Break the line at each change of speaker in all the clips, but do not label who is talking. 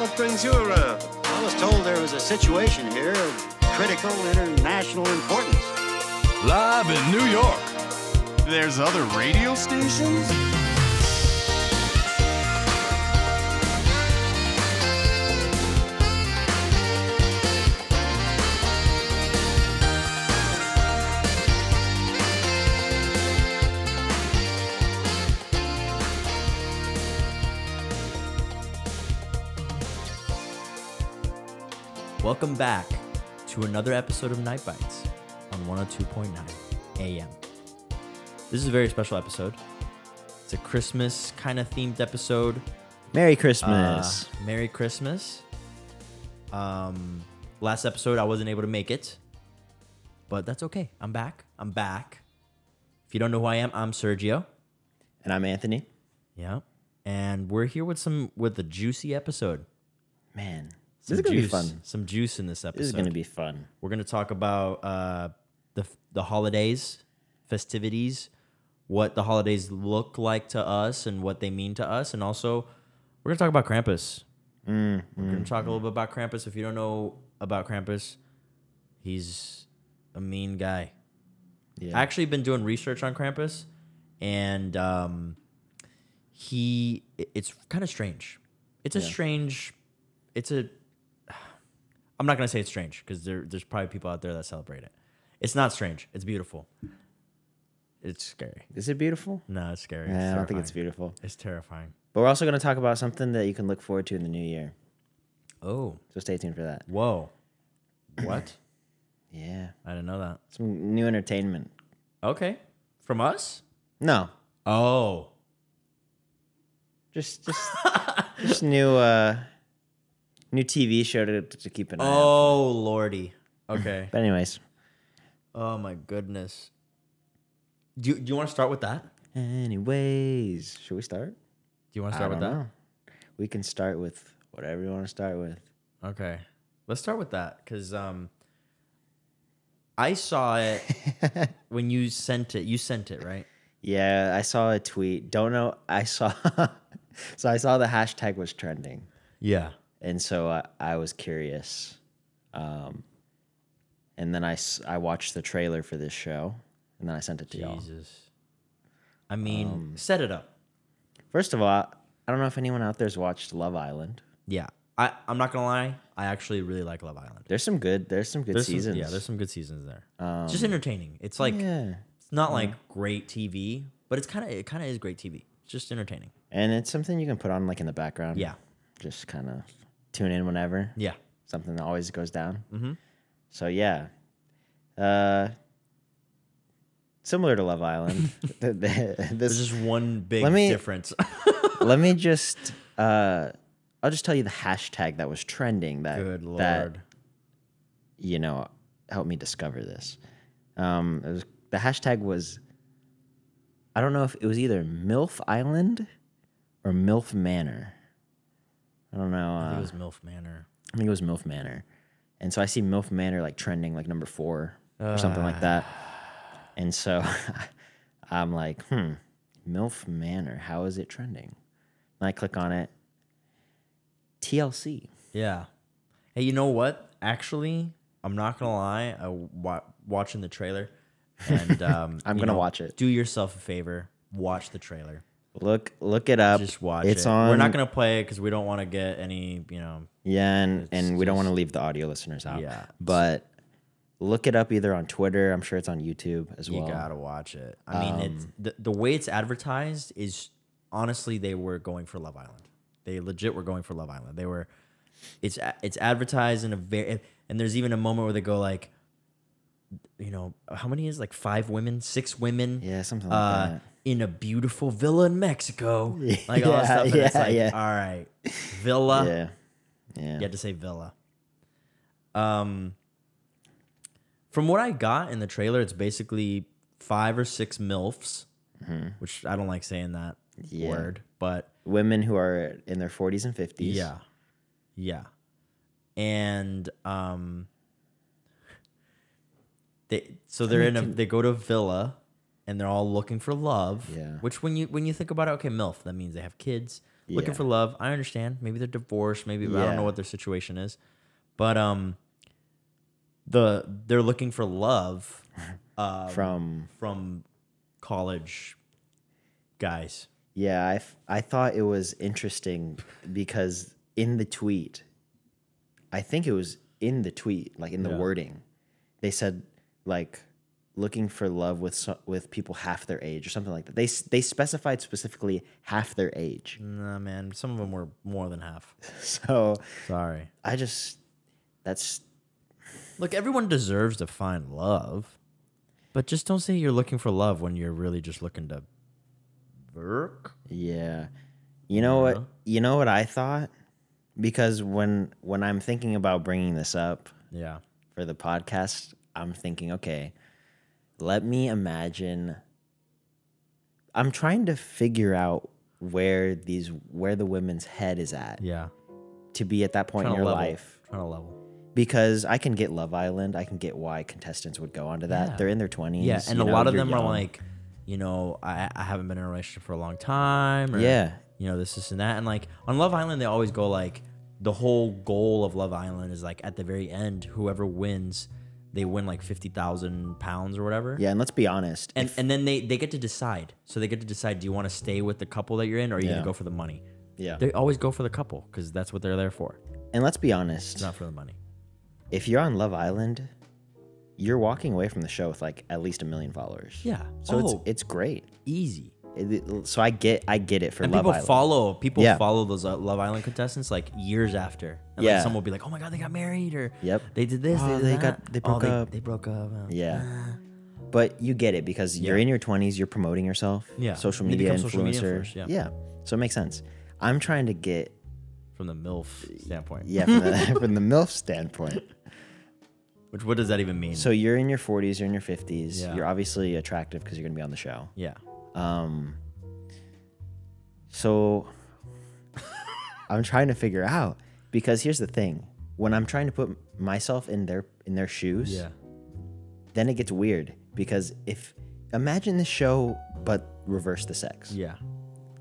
What brings you around?
I was told there was a situation here of critical international importance.
Live in New York.
There's other radio stations?
Welcome back to another episode of Night Bites on 102.9 AM. This is a very special episode. It's a Christmas kind of themed episode.
Merry
Uh,
Christmas.
Merry Christmas. Um, last episode I wasn't able to make it, but that's okay. I'm back. I'm back. If you don't know who I am, I'm Sergio.
and I'm Anthony.
Yeah, and we're here with some with a juicy episode.
Man,
Some
this is going to be
juice.
fun.
Some juice in this episode.
This is going to be fun.
We're going to talk about uh, the the holidays, festivities, what the holidays look like to us and what they mean to us, and also we're going to talk about Krampus.
Mm,
we're going to talk a little bit about Krampus. If you don't know about Krampus, he's a mean guy.
Yeah.
I actually been doing research on Krampus, and um, he i- it's kind of strange. It's a strange. It's a. I'm not gonna say it's strange because there there's probably people out there that celebrate it. It's not strange. It's beautiful. It's scary.
Is it beautiful?
No, it's scary.
Nah, I don't think it's
terrifying.
beautiful.
It's terrifying.
But we're also going to talk about something that you can look forward to in the new year.
Oh,
So stay tuned for that.
whoa, what?
Yeah.
I didn't know that.
Some new entertainment.
Okay, from us.
No.
Oh,
Just just just new uh new TV show to, to keep an eye on.
oh, lordy. Okay.
But anyways.
Oh my goodness. Do you, do you want to start with that? Do
Anyways, should we start?
you want to
I
start with
don't
that?
know. We can start with whatever you want to start with.
Okay. Let's start with that cuz um I saw it when you sent it. You sent it, right?
Yeah, I saw a tweet. Don't know. I saw. so I saw the hashtag was trending,
Yeah.
and so I, I was curious. Um, and then I s- I watched the trailer for this show, and then I sent it to y'all.
Jesus. I mean,
Um,
set it up.
First of all, I don't know if anyone out there's watched Love Island.
Yeah. I I'm not going to lie. I actually really like Love Island.
There's some good. There's some good
There's some-
seasons. Um,
yeah, there's some good seasons there. it's just entertaining. It's like
yeah,
it's not like great TV, but it's kind of it kind of is great TV. It's just entertaining.
and it's something you can put on like in the background.
Yeah.
just kind of tune in whenever.
Yeah.
something that always goes down. Mm-hmm. So yeah, uh, similar to Love Island. th- th-
There's
this,
just one big
Let me-
difference.
let me just, uh, I'll just tell you the hashtag that was trending that
Good
that
lord.
you know helped me discover this. Um, it was the hashtag was, I don't know if it was either MILF Island or MILF Manor. I don't know.
I think
uh,
it was MILF Manor.
I think it was MILF Manor. And so I see MILF Manor like trending like number four or something like that.
Ah.
And so I'm like, hmm, MILF Manor, how is it trending? And I click on it. TLC.
Yeah. Hey, you know what? Actually, I'm not gonna lie. I wa- watching the trailer, and um,
I'm
you
gonna watch it.
Do yourself a favor. Watch the trailer.
Look look it up.
Just watch
it's
it.
on
We're not gonna play it because we don't want to get any. You know.
Yeah, and, and we don't want to
just-
leave the audio listeners out.
Yeah.
But look it up either on Twitter. I'm sure it's on YouTube as well. um,
you gotta watch it. I mean, it's the, the way it's advertised is honestly they were going for Love Island. They legit were going for Love Island. They were, it's a- it's advertised in a very and there's even a moment where they go like, you know, how many is like five women, six women,
Yeah, something like
uh,
that.
in a beautiful villa in Mexico, like all that
Yeah,
stuff. And it's
yeah,
like,
yeah.
all right, villa.
Yeah. Yeah.
You had to say Villa. Um, from what I got in the trailer, it's basically five or six milfs, which I don't like saying that
Yeah.
word, but
Women who are in their 40s and 50s.
yeah, yeah, and um, they so they're in a they go to a villa, and they're all looking for love.
Yeah.
Which when you when you think about it, okay, milf that means they have kids, looking
Yeah.
for love. I understand. Maybe they're divorced. Maybe I don't
Yeah.
know what their situation is, but um, the they're looking for love, uh,
from
from college guys.
yeah I, f- I thought it was interesting because in the tweet i think it was in the tweet like in the
Yeah.
wording they said like looking for love with so- with people half their age or something like that they s- they specified specifically half their age
Nah, man. Some of them were more than half.
so
Sorry.
i just that's
Look, everyone deserves to find love, but just don't say you're looking for love when you're really just looking to work.
Yeah. You know what? You know what I thought? Because when when I'm thinking about bringing this up
Yeah.
for the podcast, I'm thinking, okay, let me imagine I'm trying to figure out where these where the women's head is at
Yeah.
to be at that point in
Tryna
your
level.
life
Trying to level.
because I can get Love Island, I can get why contestants would go onto that.
Yeah.
They're in their 20s.
Yeah, and
you
a
know,
lot of
you're
them are
young.
like, you know, I, I haven't been in a relationship for a long time. Or,
Yeah.
You know, this, this, and that. And like on Love Island, they always go like, the whole goal of Love Island is like at the very end, whoever wins, they win like 50,000 pounds or whatever.
Yeah, and let's be honest.
and and then they they get to decide. So they get to decide: do you want to stay with the couple that you're in, or are you
Yeah.
gonna go for the money?
yeah.
They always go for the couple because that's what they're there for,
And let's be honest.
not for the money.
if you're on Love Island, you're walking away from the show with like at least a million followers.
Yeah.
So it's
Oh.
it's great.
Easy.
It- it- so I get I get it for
And
Love
people
Island.
follow people
Yeah.
follow those uh, Love Island contestants like years after. And
Yeah.
Like, some will be like, "Oh my god, they got married," or
Yep.
they did this."
Oh,
they,
they
did
got-
that.
they
Oh,
broke
they-
up."
They broke up. Oh.
yeah. But you get it because you're
Yeah.
in your 20s, you're promoting yourself.
Yeah.
Social
You
media
become social media
influencer.
influencer, yeah.
So it makes sense. I'm trying to get
From the milf standpoint.
yeah from the, from the MILF standpoint.
Which what does that even mean?
So you're in your 40s, you're in your 50s.
Yeah.
You're obviously attractive because you're gonna be on the show.
yeah.
Um, so I'm trying to figure out because here's the thing: when I'm trying to put myself in their in their shoes,
Yeah.
then it gets weird because if imagine the show but reverse the sex,
Yeah.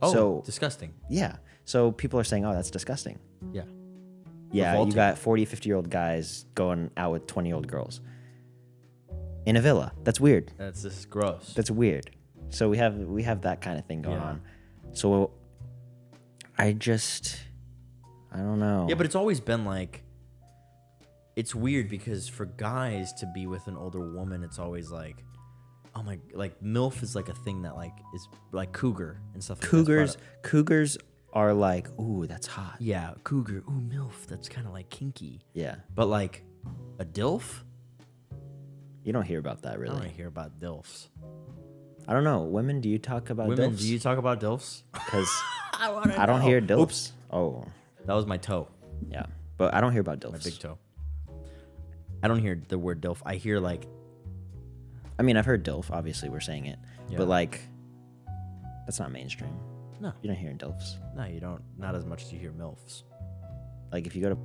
Oh,
So-
disgusting.
Yeah. So people are saying, "Oh, that's disgusting."
Yeah.
Yeah, you
Revolting.
got 40, 50 year old guys going out with 20 year old girls in a villa. That's weird.
That's this is gross.
that's weird. So we have we have that kind of thing going
Yeah.
on. So I just I don't know.
Yeah, but it's always been like it's weird because for guys to be with an older woman, it's always like oh my like MILF is like a thing that like is like cougar and stuff like that. It's brought
cougars
up.
cougars are like, ooh, that's hot.
Yeah, cougar. Ooh, MILF, that's kinda like kinky.
Yeah.
But like a DILF?
You don't hear about that
I don't
really.
wanna hear about DILFs.
I don't know. Women, do you talk about
Women,
dilfs?
do you talk about DILFs?
Because I, don't hear dilfs. Oh,
That was my toe.
yeah. But I don't hear about dilfs.
My big toe. I don't hear the word DILF. I hear like
I mean, I've heard dilf. Obviously, we're saying it.
Yeah.
But like, that's not mainstream.
no,
You don't hear dilfs.
no, you don't not as much as you hear MILFs.
Like if you go to,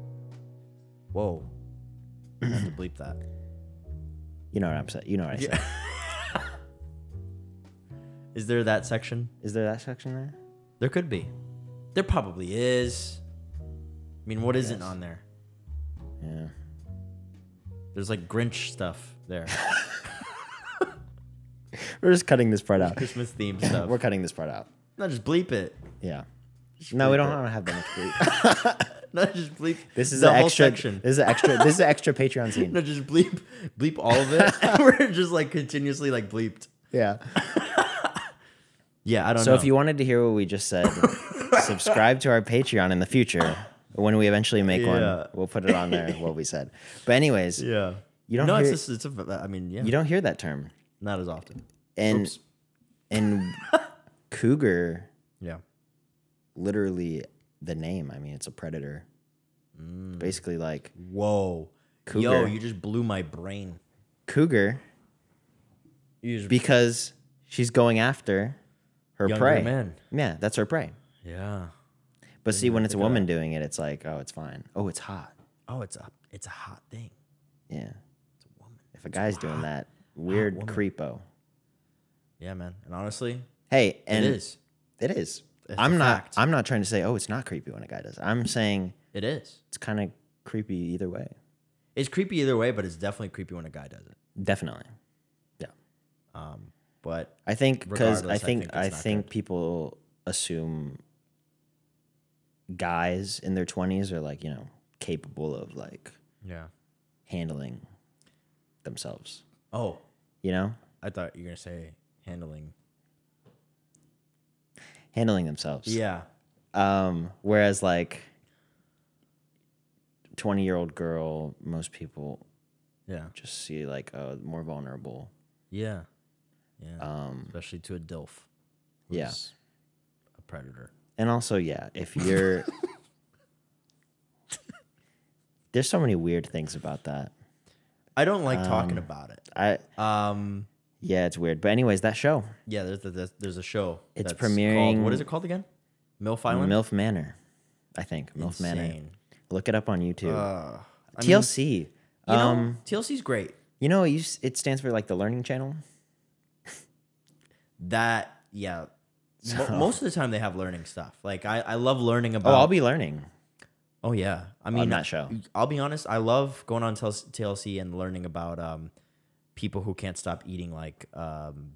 Whoa. I have to bleep that.
you know what I'm saying. You know what I said.
Is there that section?
Is there that section there?
There could be. There probably is. I mean, what isn't on there?
Yeah.
There's like Grinch stuff there.
We're just cutting this part out.
Christmas themed stuff.
We're cutting this part out.
no, just bleep it.
Yeah. No, we don't, I don't have that much. bleep.
No, just bleep.
This is
the
an
whole
extra.
section.
This is an extra. This is an extra Patreon scene.
No, just bleep, bleep all of it. We're just like continuously like bleeped.
Yeah.
Yeah, I don't
So
know.
if you wanted to hear what we just said, subscribe to our Patreon in the future. When we eventually make
Yeah.
one, we'll put it on there what we said. But anyways,
yeah,
you don't
no,
hear
it's just it's a. I mean, yeah,
you don't hear that term.
not as often.
And
Oops.
and cougar
Yeah,
literally the name. I mean, it's a predator.
Mm.
It's Basically, like
whoa, yo,
Cougar.
you just blew my brain.
cougar
You just
because she's going after her
Younger
prey.
men. Mm,
Yeah, that's her prey.
yeah.
But see, when it's a woman doing it, it's like, oh, it's fine. Oh, it's hot.
Oh, it's a it's a hot thing.
Yeah.
It's a woman.
If a guy's doing that, weird
woman.
creepo.
Yeah, man. And honestly,
Hey, and
it is.
It is.
it's a
I'm not.
fact.
I'm not trying to say, oh, it's not creepy when a guy does. it. I'm saying
It is.
it's kind of creepy either way.
It's creepy either way, but it's definitely creepy when a guy does it.
Definitely. Yeah.
Um, but
I think because
Regardless,
I think
it's
I
not
think
good.
people assume guys in their twenties are like you know capable of like
yeah.
handling themselves.
Oh,
You know,
I thought you were gonna say handling.
handling themselves.
Yeah.
Um, whereas like twenty year old girl, most people
Yeah.
just see like a more vulnerable.
Yeah. Yeah.
Um,
Especially to a DILF.
yeah.
who's A predator.
And also, yeah, if you're there's so many weird things about that.
I don't like talking about it.
I
Um.
yeah, it's weird. But anyways, that show,
Yeah. There's there's, there's a show.
It's
called-
premiering-
what is it called again? Milf Island.
MILF Manor, I think MILF Manor.
Insane. Uh,
Look it up on YouTube.
I mean,
TLC.
you know,
um,
TLC's great.
you know, it used- it stands for like the Learning Channel.
That yeah. Mo- most of the time they have learning stuff. Like I, I love learning
Oh,
about.
I'll be learning.
Oh yeah, Uh, I mean
that show.
I'll be honest. I love going on TLC TLC and learning about um, people who can't stop eating like um,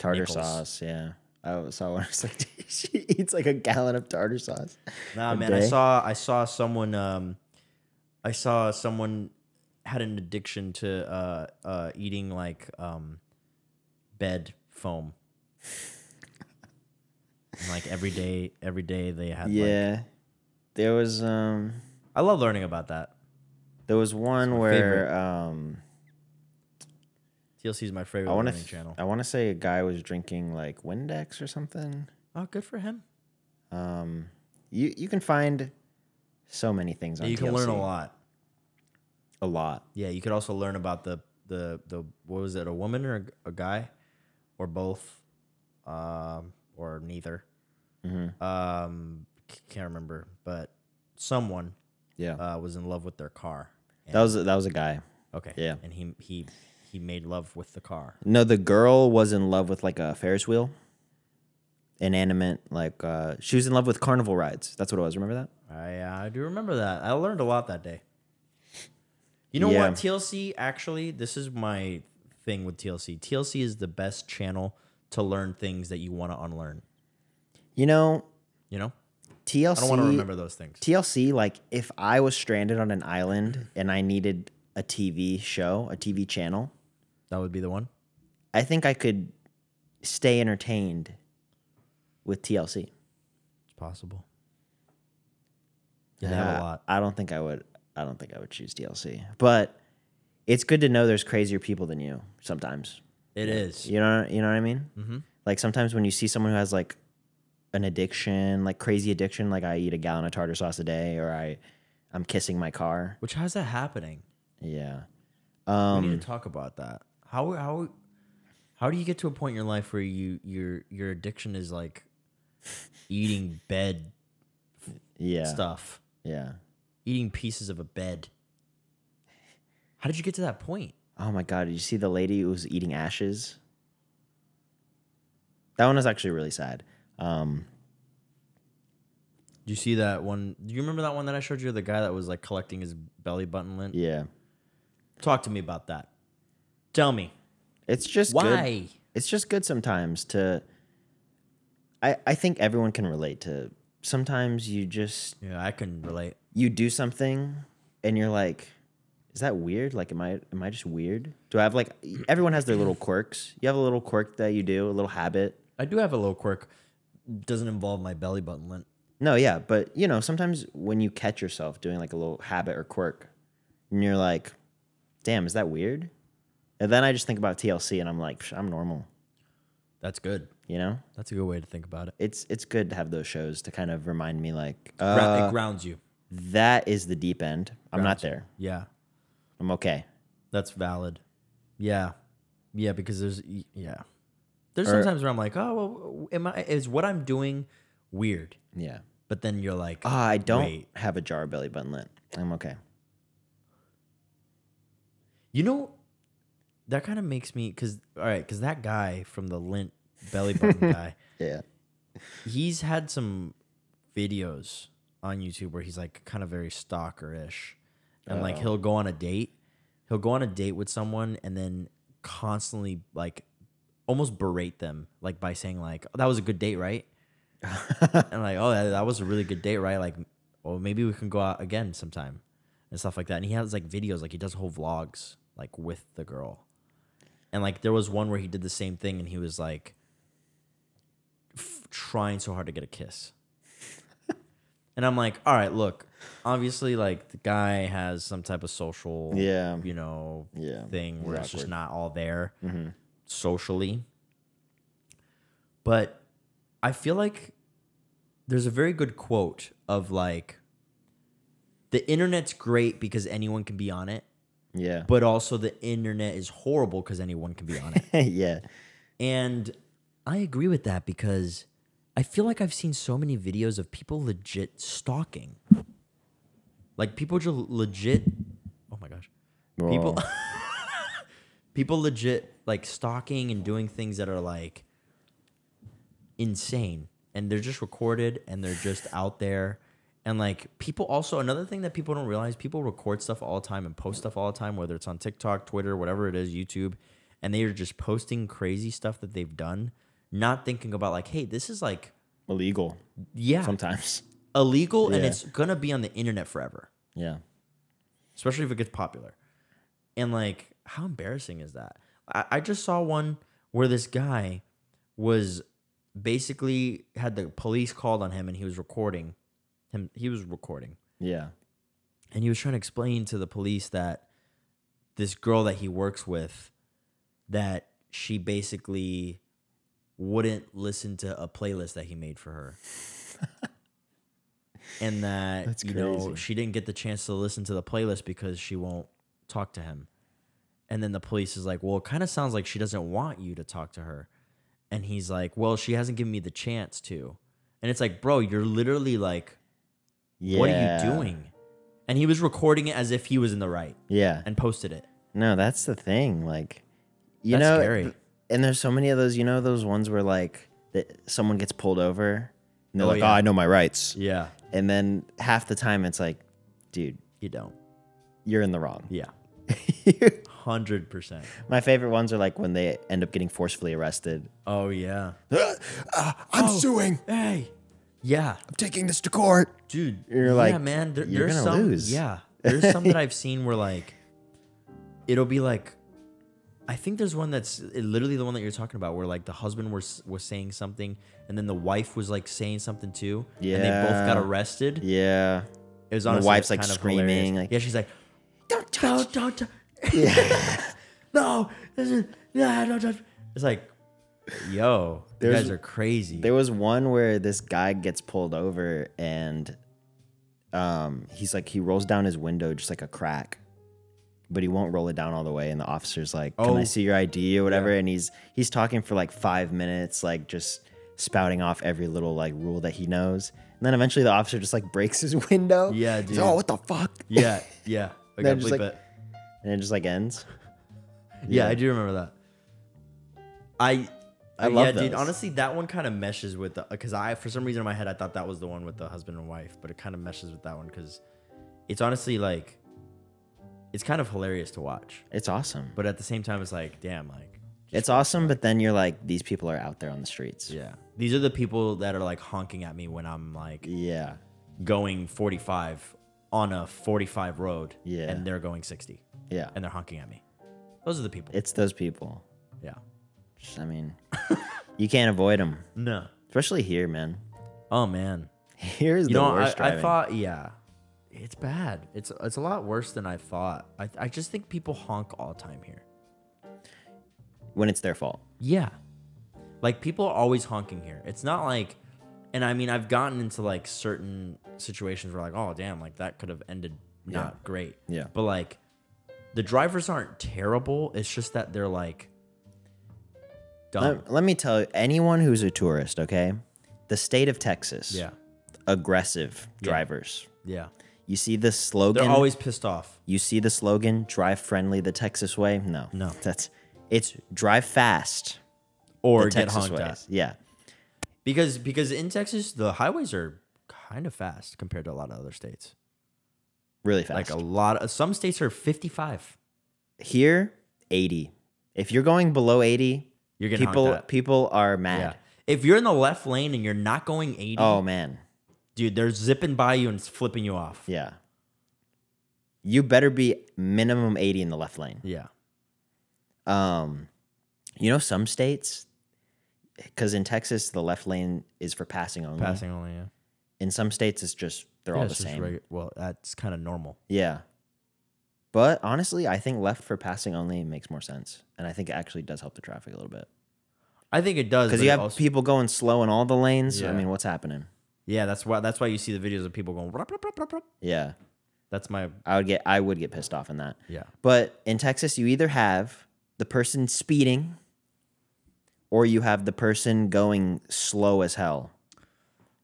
Tartar
Nichols.
sauce. Yeah, I saw one. I was like, she eats like a gallon of tartar sauce.
Nah,
a
man, I
day.
saw I saw someone um, I saw someone had an addiction to uh, uh, eating like um, bed foam. and, like every day, every day they had. Like,
Yeah, there was um,
I love learning about that.
there was one
my
where
favorite.
um,
TLC is my favorite
I want to
learning channel.
I want to say a guy was drinking like Windex or something.
Oh, good for him.
Um, you you can find so many things on.
you can learn a
TLC.
lot.
A lot.
Yeah, you could also learn about the the the what was it, a woman or a g- a guy, or both, um, or neither.
Mm-hmm.
Um, c- can't remember, but someone
Yeah.
uh, was in love with their car. And,
that was that was a guy.
okay.
yeah.
and he he he made love with the car.
No, the girl was in love with like a Ferris wheel. Inanimate, like uh, she was in love with carnival rides. That's what it was. Remember that?
I uh, I do remember that. I learned a lot that day. You know
Yeah.
what? TLC actually, this is my thing with TLC. TLC is the best channel to learn things that you want to unlearn.
You know,
You know,
TLC.
I don't want to remember those things.
TLC, like if I was stranded on an island and I needed a TV show, a TV channel,
That would be the one.
I think I could stay entertained with TLC.
It's possible. Yeah, they have
Uh,
a lot.
I don't think I would. I don't think I would choose TLC. But it's good to know there's crazier people than you sometimes.
It is.
You know. You know what I mean? Mm-hmm. Like sometimes when you see someone who has like an addiction, like crazy addiction, like I eat a gallon of tartar sauce a day, or I, I'm kissing my car.
Which how's that happening?
Yeah.
we
Um.
need to talk about that. How how how do you get to a point in your life where you your your addiction is like eating bed
Yeah.
stuff,
Yeah.
eating pieces of a bed? How did you get to that point?
Oh my god! Did you see the lady who was eating ashes? That one is actually really sad. Um.
Do you see that one? Do you remember that one that I showed you? The guy that was like collecting his belly button lint.
Yeah.
Talk to me about that. Tell me
It's just good-
why.
it's just good sometimes to I, I think everyone can relate to sometimes you just
Yeah, I can relate.
you do something and you're like is that weird like am i am i just weird do i have like everyone has their little quirks you have a little quirk that you do a little habit
I do have a little quirk. Doesn't involve my belly button lint.
no yeah but you know sometimes when you catch yourself doing like a little habit or quirk and you're like damn is that weird and then i just think about tlc and i'm like "Psh, i'm normal
That's good.
you know
That's a good way to think about it.
it's it's good to have those shows to kind of remind me like
Gra-
uh,
it grounds you.
that is the deep end. I'm not there.
Yeah,
I'm okay.
that's valid. Yeah, yeah, because there's y- yeah, there's sometimes where I'm like, oh, well, am I? Is what I'm doing weird?
Yeah.
But then you're like,
Ah, I don't
Wait.
have a jar of belly button lint. I'm okay.
you know, that kind of makes me because all right, because that guy from the lint belly button guy,
Yeah.
he's had some videos on YouTube where he's like kind of very stalkerish, and like he'll go on a date, he'll go on a date with someone, and then constantly like almost berate them, like by saying like, oh, "That was a good date, right?" and like, "Oh, that, that was a really good date, right?" Like, "Well, maybe we can go out again sometime," and stuff like that. And he has like videos, like he does whole vlogs like with the girl, and like there was one where he did the same thing, and he was like trying so hard to get a kiss. and I'm like, all right, look, obviously, like the guy has some type of social,
Yeah.
you know,
Yeah,
thing where it's just
awkward.
not all there socially. But I feel like there's a very good quote of like, the internet's great because anyone can be on it,
Yeah.
but also the internet is horrible because anyone can be on it.
yeah.
And I agree with that because I feel like I've seen so many videos of people legit stalking. Like people just legit Oh my gosh. People
Well,
people legit like stalking and doing things that are like insane and they're just recorded and they're just out there and like people also another thing that people don't realize people record stuff all the time and post stuff all the time whether it's on TikTok, Twitter, whatever it is, YouTube and they are just posting crazy stuff that they've done not thinking about like hey this is like
illegal
yeah
sometimes.
illegal and
Yeah.
it's going to be on the internet forever
Yeah.
especially if it gets popular. And like, how embarrassing is that? I, I just saw one where this guy was basically had the police called on him and he was recording him he was recording
Yeah.
and he was trying to explain to the police that this girl that he works with that she basically wouldn't listen to a playlist that he made for her and that
That's
you know
crazy.
she didn't get the chance to listen to the playlist because she won't talk to him and then the police is like well it kind of sounds like she doesn't want you to talk to her and he's like well she hasn't given me the chance to and it's like bro you're literally like
Yeah.
what are you doing? And he was recording it as if he was in the right
Yeah.
and posted it.
No, that's the thing. Like, you
That's
know,
scary.
th- and there's so many of those. You know, those ones where like that someone gets pulled over, and they're
Oh,
like,
yeah.
"Oh, I know my rights,"
Yeah.
and then half the time it's like, "Dude,
You don't.
you're in the wrong."
Yeah. 100%.
my favorite ones are like when they end up getting forcefully arrested.
Oh, yeah.
Uh, I'm suing.
Hey. Yeah.
I'm taking this to court.
Dude.
You're
yeah,
like,
man. There,
you're
there's
gonna
some.
lose.
Yeah. There's some that I've seen where, like, it'll be like, I think there's one that's literally the one that you're talking about where, like, the husband was, was saying something and then the wife was, like, saying something too. And they both got
Yeah.
arrested.
Yeah,
It was
And the
honestly
wife's, like,
kind of
screaming,
hilarious.
like,
yeah, she's like, "Don't touch, don't, touch." no, this is yeah, don't touch." It's like, yo, you
There's-
guys are crazy.
there was one where this guy gets pulled over and um, he's like he rolls down his window just like a crack, but he won't roll it down all the way. And the officer's like, "Can
Oh.
I see your ID or whatever?" And he's he's talking for like five minutes, like just spouting off every little like rule that he knows. And then eventually the officer just like breaks his window.
yeah, dude.
He's, oh, what the fuck?
yeah, yeah. I
They're
got
just
bleep
like-
it.
and it just like ends.
Yeah, I do remember that. I,
I
uh,
love
yeah, dude.
those.
Honestly, that one kind of meshes with the because I for some reason in my head I thought that was the one with the husband and wife, but it kind of meshes with that one because it's honestly like it's kind of hilarious to watch,
It's awesome.
but at the same time it's like, damn, like
It's awesome, but then you're like, these people are out there on the streets.
Yeah. These are the people that are like honking at me when I'm like
Yeah.
going 45 on a 45 road
Yeah.
and they're going 60
Yeah.
and they're honking at me. Those are the people.
It's those people.
yeah.
Just- I mean, you can't avoid them,
No.
especially here, man.
Oh man.
Here's
You
the
know, I,
worst
I
driving.
thought yeah. It's bad. It's it's a lot worse than I thought. I I just think people honk all the time here.
when it's their fault.
Yeah. Like people are always honking here. It's not like and I mean I've gotten into like certain situations where like, oh damn, like that could have ended not great.
Yeah.
But like the drivers aren't terrible. It's just that they're like dumb.
Let, let me tell you, anyone who's a tourist, okay, the state of Texas,
yeah.
aggressive drivers.
Yeah.
You see the
They're
slogan.
always pissed off.
you see the slogan, "Drive friendly the Texas way." No,
No.
that's it's drive fast
Or
the
get
Texas
honked
way.
at.
Yeah,
because because in Texas the highways are kind of fast compared to a lot of other states.
Really fast.
Like a lot of some states are 55.
Here, 80. If you're going below 80,
You're getting
people
honked at.
people are mad.
Yeah. If you're in the left lane and you're not going 80,
Oh man.
dude, they're zipping by you and flipping you off.
Yeah. You better be minimum 80 in the left lane.
Yeah.
Um, you know, some states, because in Texas, the left lane is for passing only.
Passing only, yeah.
In some states, it's just, they're all
Yeah,
the
it's just
same.
regu- well, that's kind of normal.
Yeah. But honestly, I think left for passing only makes more sense. And I think it actually does help the traffic a little bit.
I think it does
Because
but
you
it
have
also-
people going slow in all the lanes. I
Yeah.
mean, what's happening?
Yeah, that's why that's why you see the videos of people going. "Rup, rup, rup, rup, rup."
Yeah.
That's my
I would get, I would get pissed off in that.
yeah.
But in Texas, you either have the person speeding or you have the person going slow as hell.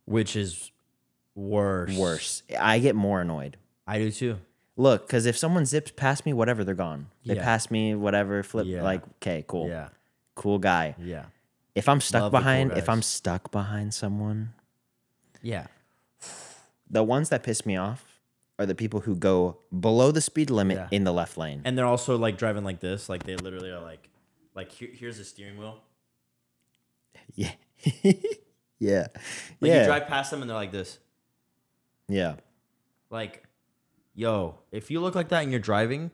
Which is worse.
Worse. I get more annoyed.
I do too.
Look, because if someone zips past me, whatever, they're gone. They
Yeah.
pass me, whatever, flip,
Yeah.
like, okay, cool.
Yeah.
Cool guy.
Yeah.
If I'm stuck
Love the cool
behind, if
guys.
I'm stuck behind someone,
Yeah.
the ones that piss me off are the people who go below the speed limit
Yeah.
in the left lane.
And they're also like driving like this. Like they literally are like, like here, here's the steering wheel.
yeah. yeah.
Like
yeah.
you drive past them and they're like this.
yeah.
Like, yo, if you look like that and you're driving,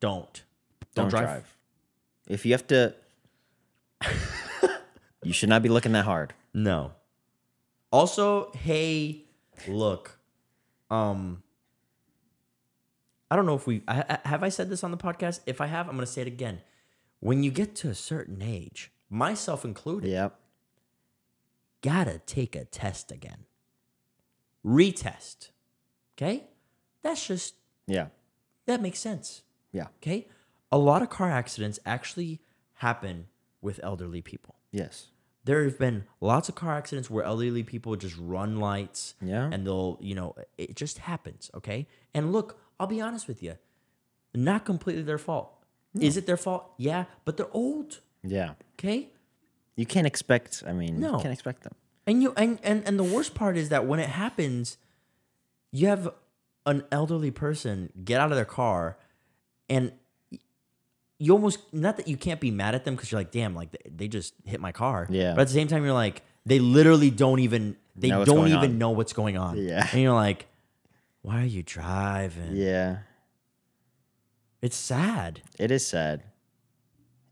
don't.
Don't, drive. If you have to, you should not be looking that hard.
No. Also, hey, look, um, I don't know if we I, I- have I said this on the podcast. If I have, I'm gonna say it again. When you get to a certain age, myself included,
Yep.
gotta take a test again. Retest. Okay, that's just
Yeah.
that makes sense.
Yeah.
Okay, a lot of car accidents actually happen with elderly people.
Yes.
there have been lots of car accidents where elderly people just run lights
Yeah.
and they'll you know it just happens okay and look i'll be honest with you not completely their fault is it their fault yeah but they're old
Yeah.
okay
You can't expect. I mean,
No.
you can't expect them.
and you and, and and the worst part is that when it happens you have an elderly person get out of their car and you almost not that you can't be mad at them because you're like damn like they- they just hit my car
Yeah.
but at the same time you're like they literally don't even they
Know what's
don't
going
even
on.
know what's going on
Yeah.
and you're like why are you driving
Yeah.
it's sad
It is sad.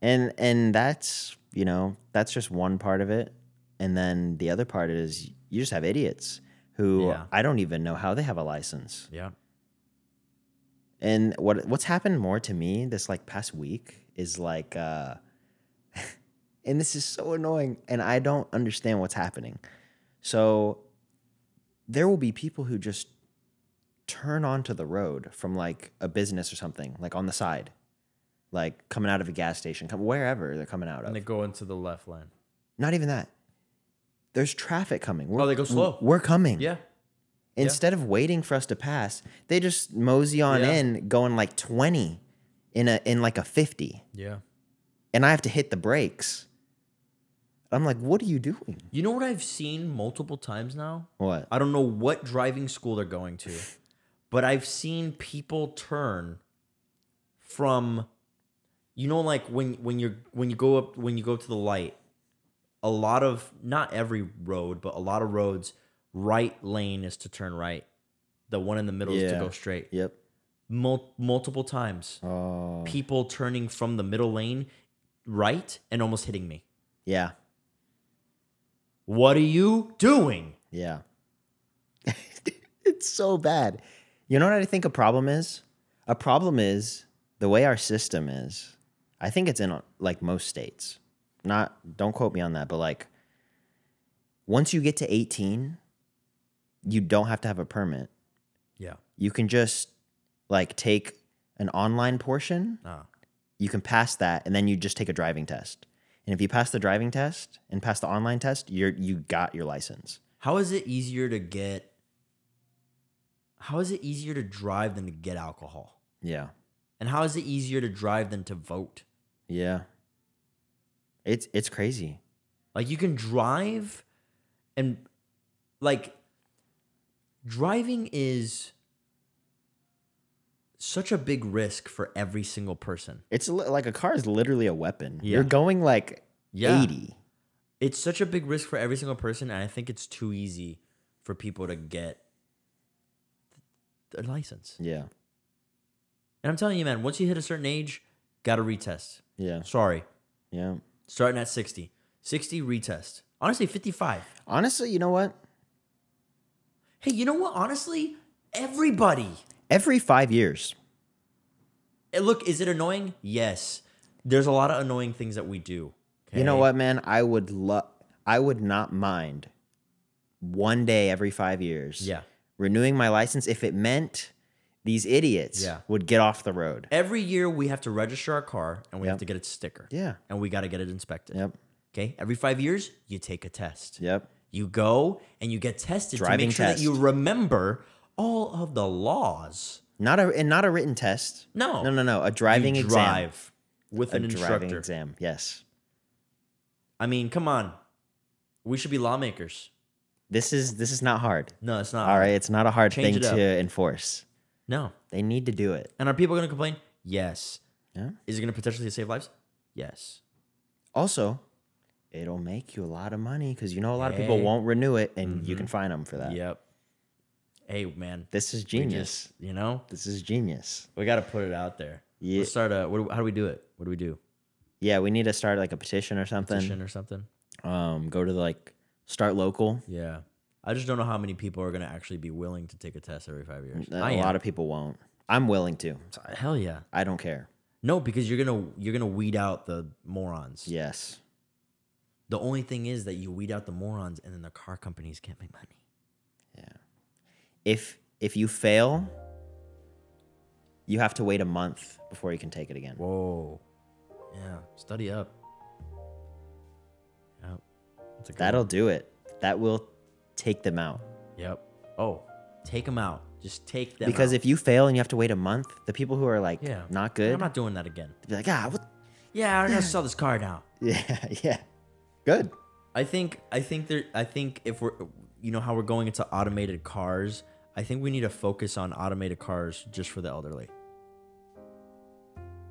And and that's you know that's just one part of it. And then the other part is you just have idiots who
Yeah.
I don't even know how they have a license.
yeah
And what what's happened more to me this like past week is like uh and this is so annoying and I don't understand what's happening. So there will be people who just turn onto the road from like a business or something, like on the side. Like coming out of a gas station, come wherever they're coming out of.
go into the left lane
Not even that. There's traffic coming. We're,
Oh, they go slow.
We're coming.
yeah
Instead of waiting for us to pass, they just mosey on
Yeah.
in, going like twenty in a in like a fifty,
yeah
and I have to hit the brakes. I'm like, what are you doing?
you know what i've seen multiple times now
What?
I don't know what driving school they're going to, but I've seen people turn from you know like when when you're when you go up when you go to the light, a lot of not every road, but a lot of roads, right lane is to turn right. The one in the middle is to
Yeah.
go straight.
Yep.
Mul- multiple times.
Oh.
People turning from the middle lane right and almost hitting me.
Yeah.
What are you doing?
Yeah. it's so bad. You know what I think a problem is? A problem is the way our system is. I think it's in like most states. Not don't quote me on that, but like once you get to 18, you don't have to have a permit.
Yeah.
You can just like take an online portion
Uh,
you can pass that and then you just take a driving test and if you pass the driving test and pass the online test you're you got your license
How is it easier to get? How is it easier to drive than to get alcohol?
yeah
And how is it easier to drive than to vote?
yeah it's it's crazy
Like you can drive and like driving is such a big risk for every single person.
It's li- like a car is literally a weapon. You're
Yeah.
going like
Yeah.
80.
It's such a big risk for every single person, and I think it's too easy for people to get a license.
Yeah.
And I'm telling you, man, once you hit a certain age, gotta retest.
Yeah.
Sorry,
Yeah.
starting at 60, 60 retest. Honestly, 55.
Honestly, you know what?
Hey, you know what? Honestly, everybody.
Every five years,
Eh, Look, is it annoying? Yes. There's a lot of annoying things that we do.
you know
okay?
what, man? I would love, I would not mind one day every five years.
Yeah.
Renewing my license if it meant these idiots
Yeah.
would get off the road.
Every year we have to register our car and we
Yep.
have to get its sticker.
Yeah.
And we got to get it inspected.
Yep.
Okay. Every five years, you take a test.
Yep.
You go and you get tested to
Driving
make sure
test.
that you remember all of the laws.
Not a and not a written test.
No.
No, no, no. A
You
driving exam.
drive with
A
an
driving
instructor.
exam. Yes.
I mean, come on. We should be lawmakers.
This is this is not hard.
No, it's not.
All right, it's not a hard
Uh-huh. Change
thing
it up.
to enforce.
No.
They need to do it.
And are people going to complain? Yes.
Yeah.
Is it going to potentially save lives? Yes.
Also, it'll make you a lot of money because you know a lot of people
Hey.
won't renew it, and you can fine them for that.
Yep. Hey, man.
This is
Mm-hmm. we
genius.
just- you know,
This is genius.
we got to put it out there.
Yeah.
Let's start a. What do, how do we do it? What do we do?
Yeah, we need to start like a petition or something.
Petition or something?
Um, go to like start local.
Yeah. I just don't know how many people are going to actually be willing to take a test every five years.
A
I am.
lot of people won't. I'm willing to.
Hell yeah.
I don't care.
No, because you're gonna you're gonna weed out the morons.
Yes.
The only thing is that you weed out the morons, and then the car companies can't make money.
If if you fail, you have to wait a month before you can take it again.
Whoa. Yeah. Study up. Yep. That's a good
That'll do it. That will take them out.
one. Yep. Oh, take them out. Just take them.
because
out.
if you fail and you have to wait a month, the people who are like
yeah,
not good,
I'm not doing that again.
they'll be like, ah, what?
Yeah, I'm gonna sell this car now.
Yeah, yeah, good.
I think I think there I think if we're you know how we're going into automated cars, I think we need to focus on automated cars just for the elderly.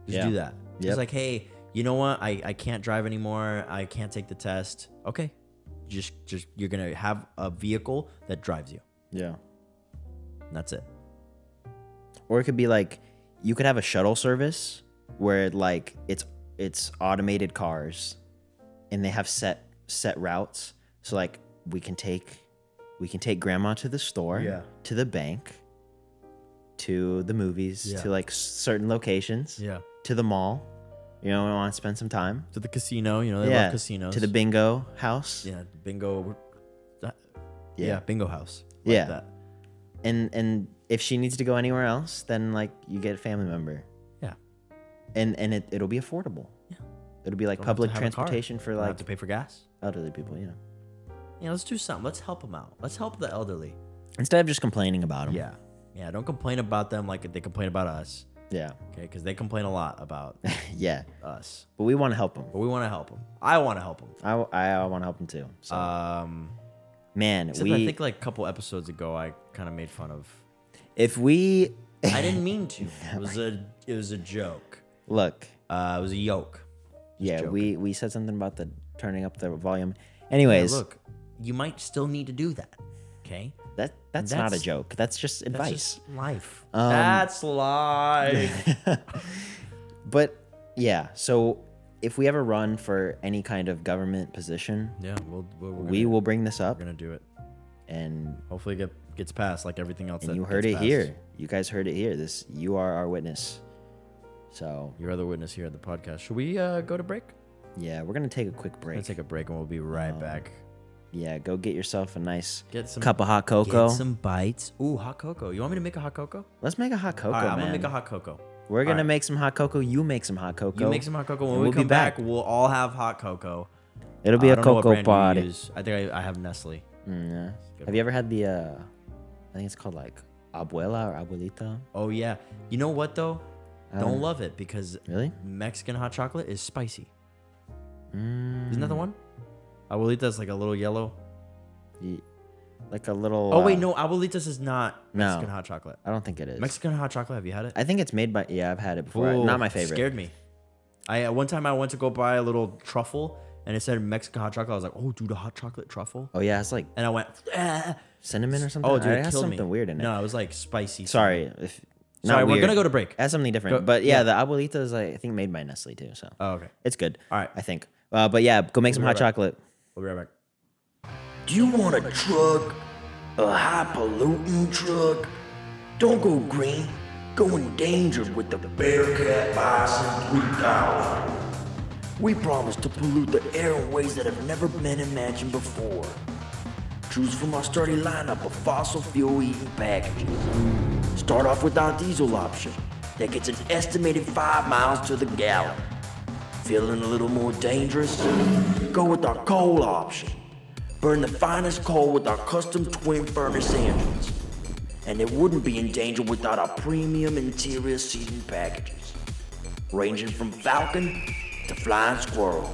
Just
Yeah.
do that.
Yep.
It's like, hey, you know what? I, I can't drive anymore. I can't take the test. Okay. Just just you're gonna have a vehicle that drives you.
Yeah.
And that's it.
Or it could be like you could have a shuttle service where like it's it's automated cars, and they have set set routes. So like we can take we can take grandma to the store,
Yeah.
to the bank, to the movies,
Yeah.
to like s- certain locations,
Yeah.
to the mall. You know, we want to spend some time.
To the casino, you know, they love casinos.
To the bingo house.
Yeah, bingo that-
Yeah.
yeah. bingo house.
Yeah. And and if she needs to go anywhere else, then like you get a family member.
Yeah.
And and it, it'll be affordable.
Yeah.
It'll be like
Don't have
public
to have a car.
transportation for
Don't have
like
to pay for gas.
elderly people, you know.
Yeah, let's do something. Let's help them out. Let's help the elderly.
Instead of just complaining about them.
Yeah. Yeah. Don't complain about them like they complain about us.
Yeah.
Okay. Because they complain a lot about
Yeah.
us.
But we want to help them.
But we want to help them. I want to help them.
I, I want to help them too. So
Um,
man,
except
we
I think like a couple episodes ago, I kind of made fun of.
if we
I didn't mean to. It was a it was a joke.
look,
Uh, it was a yoke.
yeah,
joking.
we we said something about the turning up the volume. Anyways,
Look, you might still need to do that. Okay.
that that's, not a
that's-
joke. That's just
That's
advice.
just life.
Um,
That's life.
But yeah, so if we ever run for any kind of government position,
yeah. We'll, we're, we're
we
gonna-
will bring this up
We're gonna do it.
and
Hopefully, it get, gets passed like everything else.
and
that
you heard it
gets passed.
here. You guys heard it here. This you are our witness. So,
your other witness here at the podcast. Should we uh, go to break?
yeah, we're going to take a quick break.
Let's take a break and we'll be right back.
yeah, go get yourself a nice
Get some
cup of hot cocoa.
Get some bites. Ooh, hot cocoa. You want me to make a hot cocoa?
Let's make a hot cocoa,
All right, I'm
man.
gonna make a hot cocoa.
we're going to
right.
make some hot cocoa. You make some hot cocoa.
You make some hot cocoa. When
and
we
we'll be
come back,
back.
we'll all have hot cocoa.
It'll be
Uh, I
a
don't know what
cocoa
brand you
party.
use. I think I, I have Nestle.
Mm, yeah. Have you ever had the uh I think it's called like abuela or abuelita?
Oh yeah. You know what though? Don't
Um,
love it because
Really?
Mexican hot chocolate is
Mm.
spicy. Isn't that the one? Abuelita is like a little yellow.
Y- Like a little.
Oh wait,
uh,
no, abuelitas is not
No.
Mexican hot chocolate.
I don't think it is.
Mexican hot chocolate. Have you had it?
I think it's made by. Yeah, I've had it before.
Ooh,
Not my favorite.
Scared me. I uh, one time I went to go buy a little truffle and it said Mexican hot chocolate. I was like, oh, dude, a hot chocolate truffle.
Oh yeah, it's like
And I went, "Ah."
cinnamon or something.
oh, dude,
Or
it
has
killed
something
me.
weird in it.
No, it was like spicy.
Sorry. If, not
Sorry, we're
weird.
gonna go to break.
It has something different.
Go-
but yeah, the abuelita is I think made by Nestle too. So
Oh, okay.
it's good.
All right.
I think. Uh, but yeah, go make some hot
right back.
chocolate.
We'll be right back.
Do you want a truck? A high polluting truck? Don't go green. Go endangered with the Bearcat Bison 3000. We promise to pollute the air in ways that have never been imagined before. Choose from our sturdy lineup of fossil fuel eating packages. Start off with our diesel option that gets an estimated 5 miles to the gallon. Feeling a little more dangerous? Go with our coal option. Burn the finest coal with our custom twin furnace engines. And it wouldn't be in danger without our premium interior seating packages, ranging from Falcon to Flying Squirrel.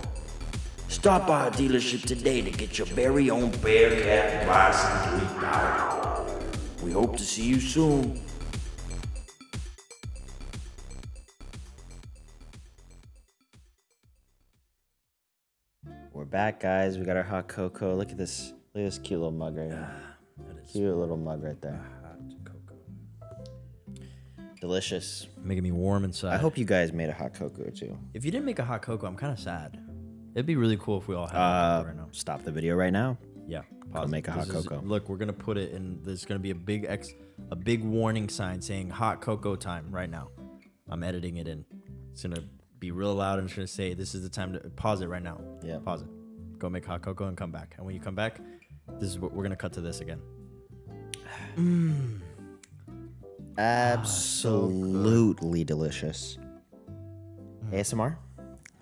Stop by our dealership today to get your very own Bearcat Bison 3000. We hope to see you soon.
We're back, guys. We got our hot cocoa. Look at this. Look at this cute little mug right here.
Ah,
Cute little mug right there. Delicious.
Making me warm inside.
I hope you guys made a hot cocoa too.
if you didn't make a hot cocoa, I'm kind of sad. It'd be really cool if we all had
Uh,
hot cocoa right now.
stop the video right now.
Yeah,
I'll make a
This
hot
is-
cocoa.
look, we're gonna put it in. There's gonna be a big X, a big warning sign saying "hot cocoa time" right now. I'm editing it in. It's gonna be real loud. and it's gonna say, "This is the time to pause it right now."
Yeah.
pause it. Go make hot cocoa and come back. And when you come back, this is what we're gonna cut to this again.
Absolutely delicious.
Hmm.
ASMR?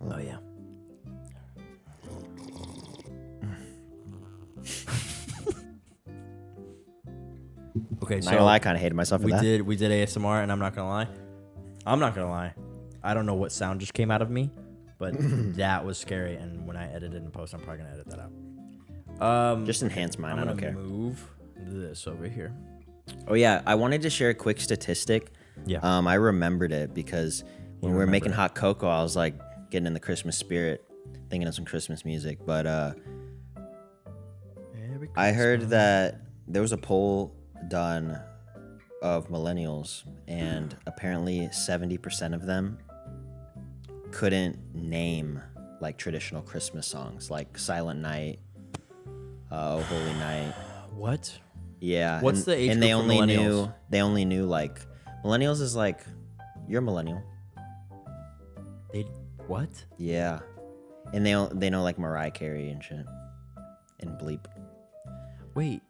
Oh yeah. okay,
Not
so
gonna lie, I kind of hated myself for
we
that.
did we did ASMR, and I'm not gonna lie, I'm not gonna lie. I don't know what sound just came out of me, but that was scary. And when I edit it and post, I'm probably gonna edit that out.
Just enhance mine.
I'm
I
gonna
don't care.
move this over here.
Oh yeah, I wanted to share a quick statistic.
Yeah.
Um, I remembered it because when we were making hot cocoa, I was like getting in the Christmas spirit, thinking of some Christmas music. But uh, I heard that there was a poll done of millennials, and apparently seventy percent of them couldn't name like traditional Christmas songs, like Silent Night, uh, Oh Holy Night.
What?
Yeah.
What's
and,
the age
And
group
they
for
only
millennials?
knew they only knew like millennials is like you're a millennial.
They what?
Yeah. And they o- they know like Mariah Carey and shit and Bleep.
Wait.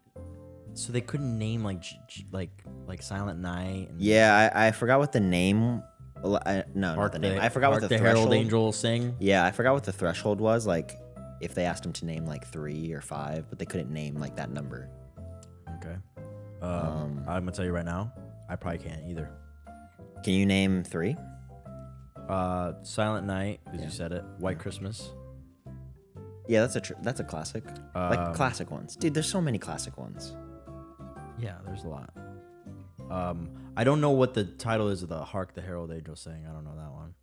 So they couldn't name like J- J- like like Silent Night. And
Yeah, I, I forgot what the name. well, I, no, not
Hark
the name. I forgot
Hark
what the,
Herald
threshold.
Angel sing.
Yeah, I forgot what the threshold was. Like, if they asked them to name like three or five, but they couldn't name like that number.
Okay. Um, I'm gonna tell you right now, I probably can't either.
Can you name three?
Uh, Silent Night, because you said it. White Christmas.
Yeah, that's a tr- that's a classic. like
Um,
classic ones, dude. There's so many classic ones.
Yeah, there's a lot. Um, I don't know what the title is of the "Hark the Herald Angels Sing." I don't know that one.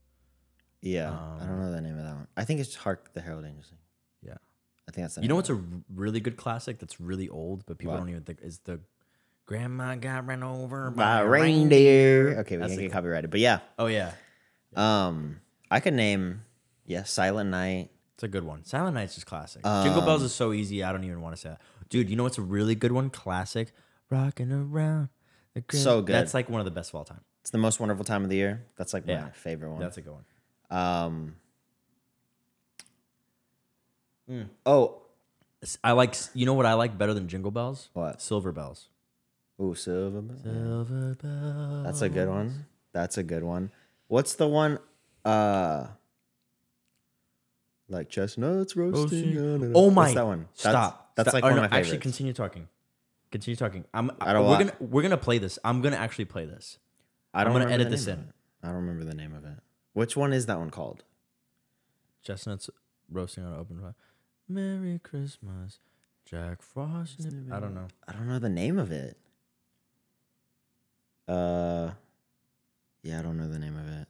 Yeah, I don't know the name of that one. I think it's Hark the Herald Angels Sing.
um, Yeah,
I think that's the
you know
name.
what's a r- really good classic that's really old, but people
What?
don't even think is the "Grandma Got Run Over
by
by
a
a
Ah, reindeer. Okay, we
That's
can
the-
get copyrighted, but yeah,
Oh yeah,
um, I could name yeah Silent Night.
it's a good one. Silent Night's just classic.
Um,
Jingle Bells is so easy. I don't even want to say that, dude. You know what's a really good one? Classic, rocking around. the grand-"
So good.
That's like one of the best of all time.
It's the most wonderful time of the year. That's like
Yeah.
my favorite one.
That's a good one.
um.
Hmm.
Oh,
S- I like. s- You know what I like better than Jingle Bells?
What?
Silver Bells.
ooh, Silver. Bell.
Silver Bells.
That's a good one. That's a good one. What's the one? Uh, like chestnuts roasting. na, na, na.
Oh my!
What's that one? That's-
Stop.
That's,
Stop.
like
Oh,
one
no,
of my favorites.
Actually, continue talking. Continue talking. I'm.
I don't
we're
want-
gonna we're gonna play this. I'm gonna actually play this.
I
I'm gonna
remember
edit
the
this
name of
in.
it. I don't remember the name of it. Which one is that one called?
Chestnuts roasting on an open fire. Merry Christmas. Jack Frost. I don't know.
I don't know the name of it. Uh, yeah, I don't know the name of it.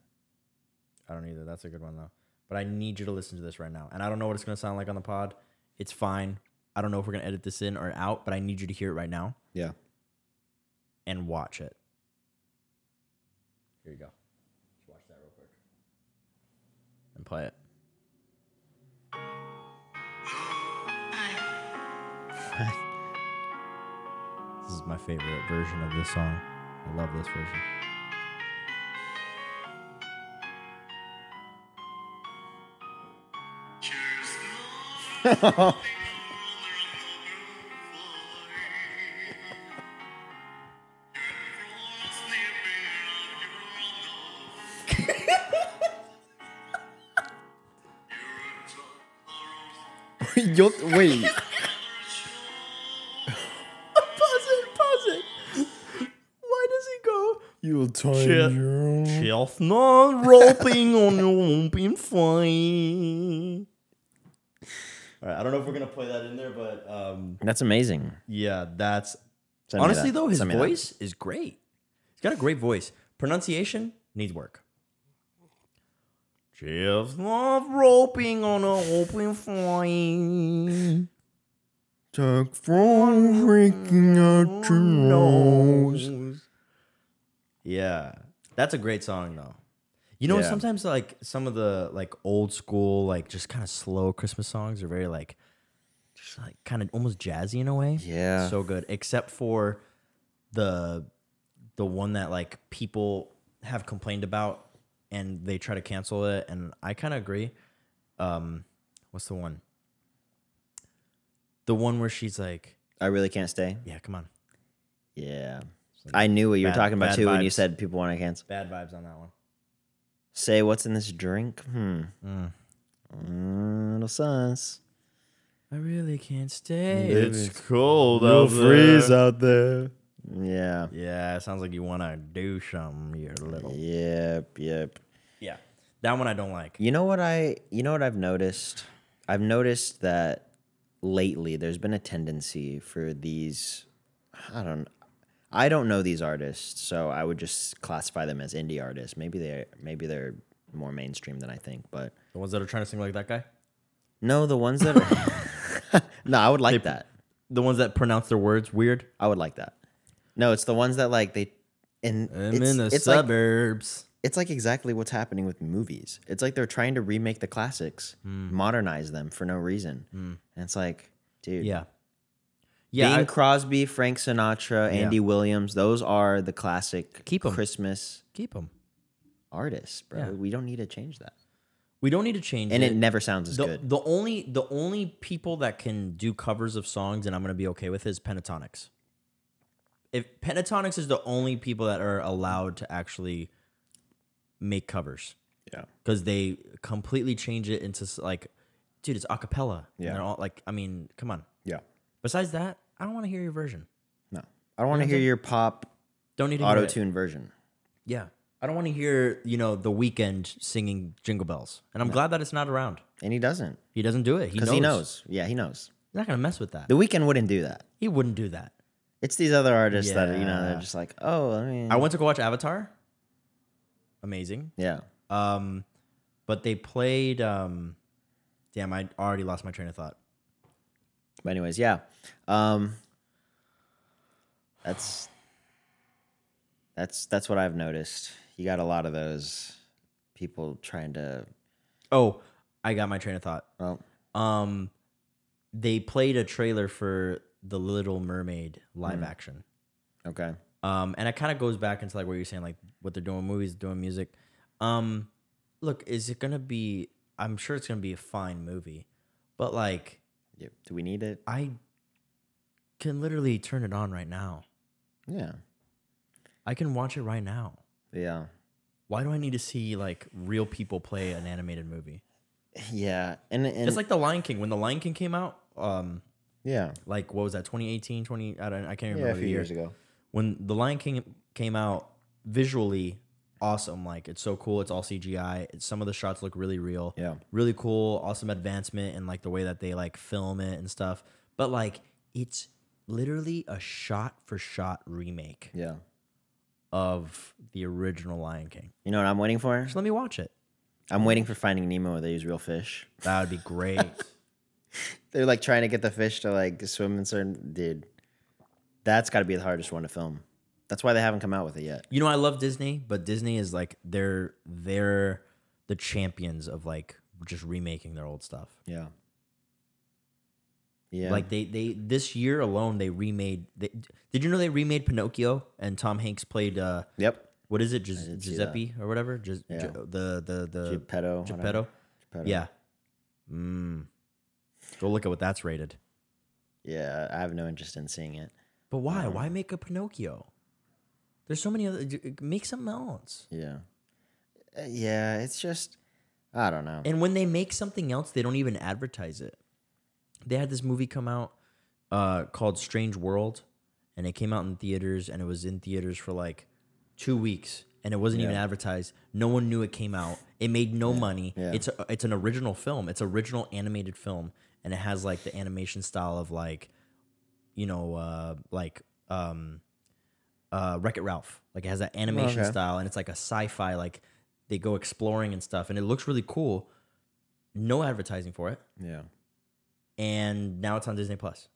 I don't either. That's a good one though. But I need you to listen to this right now. And I don't know what it's gonna sound like on the pod. It's fine. I don't know if we're gonna edit this in or out, but I need you to hear it right now
Yeah.
and watch it. Here you go. Just watch that real quick. And play it. This is my favorite version of this song. I love this version.
You'll, wait.
Pause it, pause it. Why does he go?
You'll turn
Chestnut roping on your whooping fine. All right, I don't know if we're gonna play that in there, but um,
That's amazing.
yeah, that's
Send me
honestly
that.
though his
Send me that.
voice is great. He's got a great voice. Pronunciation needs work. Chestnut roping on a whooping fine.
Jack Frost freaking out your nose.
Yeah. That's a great song though. You know,
Yeah.
sometimes like some of the like old school, like just kind of slow Christmas songs are very like just like kind of almost jazzy in a way.
Yeah.
So good. Except for the the one that like people have complained about and they try to cancel it. And I kinda agree. Um what's the one? The one where she's like,
I really can't stay.
Yeah, come on.
Yeah. I knew what you were
Bad-
talking about
bad
too when you
vibes.
said people want to cancel.
Bad vibes on that one.
Say what's in this drink? Hmm.
Mm.
Mm, little sus.
I really can't stay.
It's
cold
out there.
Yeah.
Yeah, it sounds like you want to do something, you little.
Yep. Yep.
Yeah, that one I don't like.
You know what I you know what I've noticed? I've noticed that lately there's been a tendency for these I don't I don't know these artists, so I would just classify them as indie artists. Maybe they maybe they're more mainstream than I think, but
The ones that are trying to sing like that guy.
no, the ones that are No, I would like that.
The ones that pronounce their words weird.
I would like that. No, it's the ones that like they and
I'm
it's,
in the
it's like
suburbs.
it's like exactly what's happening with movies. It's like they're trying to remake the classics,
Hmm.
modernize them for no reason. And it's like, dude,
yeah, yeah.
Bing
I-
Crosby, Frank Sinatra, Andy Williams, those are the classic
Keep 'em.
Christmas
keep them.
artists, bro.
Yeah.
We don't need to change that.
We don't need to change
And
it.
it never sounds as
the,
good.
the only the only people that can do covers of songs and I'm gonna be okay with is Pentatonics. If Pentatonics is the only people that are allowed to actually make covers,
Yeah.
because they completely change it into s- like, dude, it's acapella. Yeah,
Yeah.
they're all like, I mean, come on.
Yeah.
Besides that, I don't want to hear your version.
No. I don't want to hear your pop
Don't need to hear it.
auto tune version.
Yeah, I don't want to hear you know the weekend singing Jingle Bells, and I'm glad that it's not around.
And he doesn't.
He doesn't do it. He
Because
knows.
he knows. Yeah, he knows.
He's not gonna mess with that.
The weekend wouldn't do that.
He wouldn't do that.
It's these other artists that you know
Yeah.
they're just like, oh, I mean,
I went to go watch Avatar. Amazing.
yeah,
Um, but they played. Um, damn, I already lost my train of thought.
But anyways, yeah. Um That's that's that's what I've noticed. You got a lot of those people trying to
Oh, I got my train of thought.
well
Um, they played a trailer for the Little Mermaid live
Hmm.
action.
okay.
Um, and it kind of goes back into like what you're saying, like what they're doing with movies, doing music. Um, look, is it gonna be? I'm sure it's gonna be a fine movie, but like
Yeah, Do we need it?
I can literally turn it on right now.
Yeah.
I can watch it right now.
Yeah.
Why do I need to see like real people play an animated movie?
Yeah. And and
It's like The Lion King. When The Lion King came out, um,
yeah.
like what was that, 2018, 20? I don't, I can't remember.
Yeah, a
the
few
year.
years ago.
when the Lion King came out, visually awesome. Like it's so cool. It's all CGI. It's, some of the shots look really real.
Yeah.
Really cool. Awesome advancement in like the way that they like film it and stuff. But like, it's literally a shot for shot remake
Yeah.
of the original Lion King.
You know what I'm waiting for?
Just let me watch it.
I'm waiting for Finding Nemo. where They use real fish.
That would be great.
They're like trying to get the fish to like swim in certain. Dude, that's got to be the hardest one to film. That's why they haven't come out with it yet.
you know, I love Disney, but Disney is like they're they're the champions of like just remaking their old stuff.
Yeah. Yeah.
Like they they this year alone they remade. They, did you know they remade Pinocchio and Tom Hanks played uh
Yep.
what is it Gius-
did see that.
Giuseppe or whatever Gius-
Yeah.
Gi- the the the
Geppetto. whatever.
Uh, Geppetto?
Geppetto.
Yeah. Mm. Go look at what that's rated.
Yeah. I have no interest in seeing it.
But why? Why make a Pinocchio? There's so many other. j- Make something else.
Yeah. Uh, Yeah. It's just, I don't know.
And when they make something else, they don't even advertise it. They had this movie come out uh, called Strange World, and it came out in theaters, and it was in theaters for like two weeks, and it wasn't even advertised. No one knew it came out. It made no money.
Yeah.
It's a, it's an original film. It's original animated film, and it has like the animation style of like, you know, uh, like um, uh, Wreck It Ralph. Like it has that animation
Okay.
style, and it's like a sci-fi. Like they go exploring and stuff, and it looks really cool. No advertising for it,
yeah.
and now it's on Disney Plus.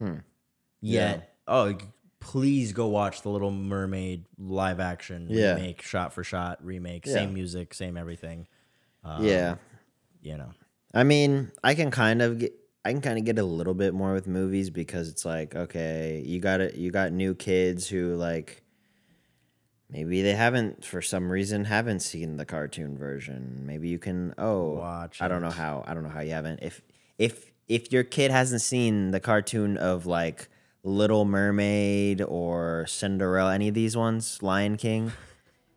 Hmm.
Yet, oh, g- please go watch the Little Mermaid live action
Yeah.
remake, shot for shot remake,
Yeah.
same music, same everything. Um,
yeah.
you know,
I mean, I can kind of get I can kind of get a little bit more with movies because it's like, okay, you got it you got new kids who like maybe they haven't for some reason haven't seen the cartoon version. Maybe you can oh,
Watch
I don't know
it.
how. I don't know how you haven't. If if if your kid hasn't seen the cartoon of like Little Mermaid or Cinderella, any of these ones, Lion King,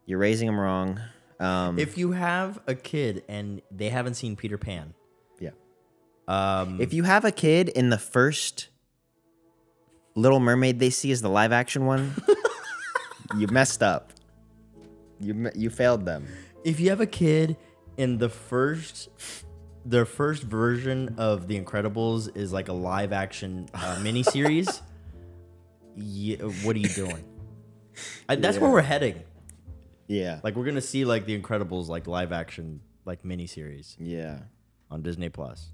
you're raising them wrong. Um,
if you have a kid and they haven't seen Peter Pan,
yeah.
um,
If you have a kid in the first Little Mermaid they see is the live action one, you messed up. You me- you failed them.
if you have a kid and the first their first version of the incredibles is like a live action uh, miniseries yeah, what are you doing I, that's where we're heading
Yeah.
like we're gonna see like the incredibles like live action like miniseries
yeah.
on disney plus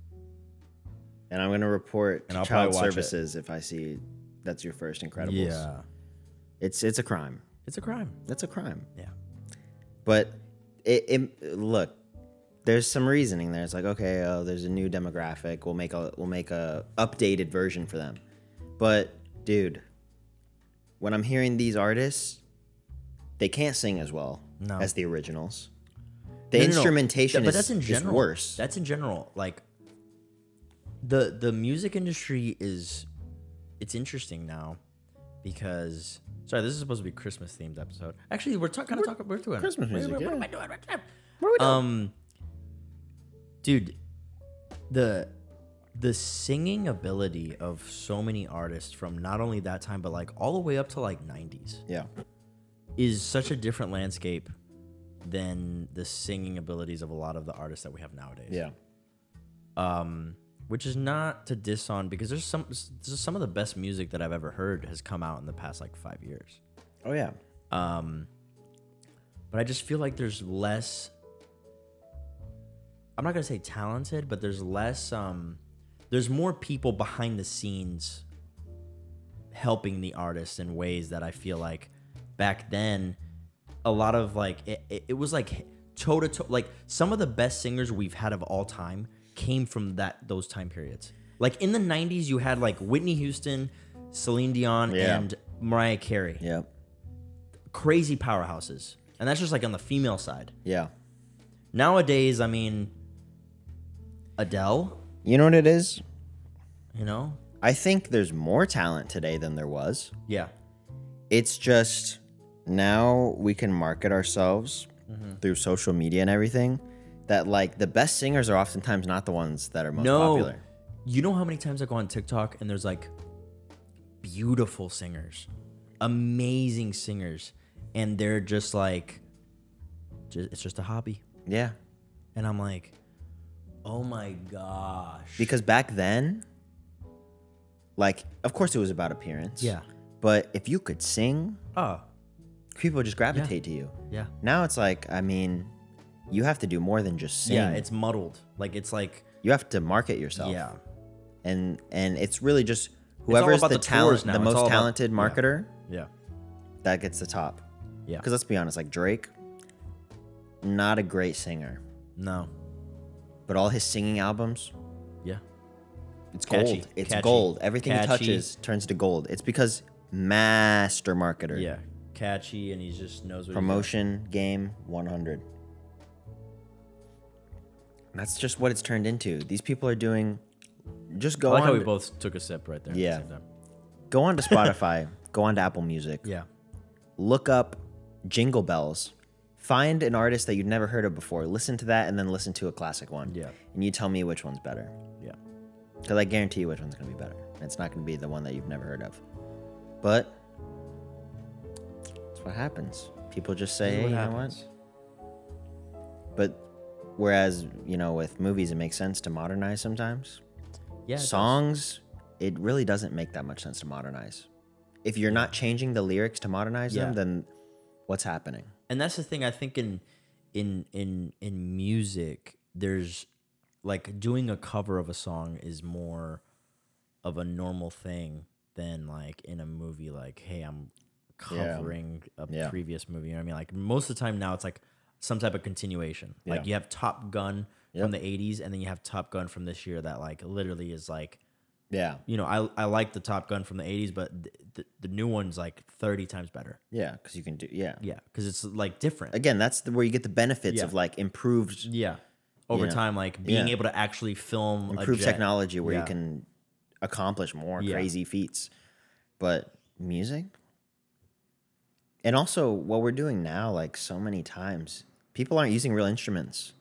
And I'm gonna report
And
to
I'll probably
child
watch it.
services if I see that's your first Incredibles.
yeah
It's it's a crime.
it's a crime
That's a crime.
yeah
But it, it look, there's some reasoning there. It's like okay, oh, there's a new demographic. We'll make a we'll make a updated version for them. But dude, when I'm hearing these artists, they can't sing as well
No.
as the originals. The
No, no, no.
instrumentation
Yeah,
is, is worse.
That's in general. Like the the music industry is it's interesting now because sorry, this is supposed to be Christmas themed episode. Actually, we're talking kind of talking we're doing it.
Christmas music,
What, what,
yeah.
am I doing? What am I doing? Um, dude, the the singing ability of so many artists from not only that time but like all the way up to like 90s
yeah,
is such a different landscape than the singing abilities of a lot of the artists that we have nowadays.
yeah,
Um, which is not to diss on because there's some this is some of the best music that I've ever heard has come out in the past like five years.
oh yeah,
Um, but I just feel like there's less. I'm not gonna say talented, but there's less. Um, there's more people behind the scenes helping the artists in ways that I feel like back then, a lot of like it, it, it was like toe to toe. Like some of the best singers we've had of all time came from that those time periods. Like in the '90s, you had like Whitney Houston, Celine Dion,
Yeah.
and Mariah Carey
yeah,
crazy powerhouses. And that's just like on the female side.
yeah.
Nowadays, I mean, Adele,
You know what it is?
you know?
I think there's more talent today than there was.
Yeah.
it's just now we can market ourselves
Mm-hmm.
through social media and everything that like the best singers are oftentimes not the ones that are most
No.
popular
You know how many times I go on TikTok and there's like beautiful singers, amazing singers, and they're just like, ju- it's just a hobby.
yeah
And I'm like, Oh my gosh.
Because back then, like, of course it was about appearance.
Yeah.
But if you could sing,
Oh,
people just gravitate to you.
yeah.
Now it's like, I mean, you have to do more than just sing.
Yeah, it's muddled. Like it's like
you have to market yourself.
yeah.
And and it's really just
all
whoever's the,
about the tours
talent,
now.
the
It's
most
all about-
talented
yeah.
marketer,
Yeah.
that gets the top.
Yeah.
Because let's be honest, like Drake, not a great singer,
No.
but all his singing albums,
Yeah.
it's gold.
Catchy,
it's
catchy,
gold. Everything
catchy.
he touches turns to gold. It's because master marketer.
Yeah. Catchy and he just knows what he's doing.
Promotion game 100. That's just what it's turned into. These people are doing. Just
I
go
like
on.
how we both took a sip right there. at the
Yeah.
same time.
go on to Spotify. go on to Apple Music.
Yeah.
Look up Jingle Bells. Find an artist that you'd never heard of before. Listen to that, and then listen to a classic one.
Yeah.
And you tell me which one's better.
Yeah.
Because I guarantee you which one's going to be better. And It's not going to be the one that you've never heard of. But that's what happens. People just say,
This is
hey,
what
you know
happens.
what? But whereas, you know, with movies, it makes sense to modernize sometimes.
Yeah. it does.
Songs, it really doesn't make that much sense to modernize. If you're not changing the lyrics to modernize
Yeah.
them, then what's happening?
and that's the thing I think in in in in music there's like doing a cover of a song is more of a normal thing than like in a movie like hey I'm
Yeah.
covering a
Yeah.
previous movie you know what I mean like most of the time now it's like some type of continuation like
Yeah.
you have Top Gun from
Yep.
the 80s and then you have Top Gun from this year that like literally is like
Yeah.
you know I I like the Top Gun from the 80s but th- th- the new one's like 30 times better
Yeah. Because you can do, yeah.
yeah cuz it's like different
Again, that's the, where you get the benefits
Yeah.
of like improved
Yeah. Over
Yeah.
time, like being
Yeah.
able to actually film a
improve
jet.
technology where
Yeah.
you can accomplish more
Yeah.
crazy feats. But music, and also what we're doing now, like so many times, people aren't using real instruments.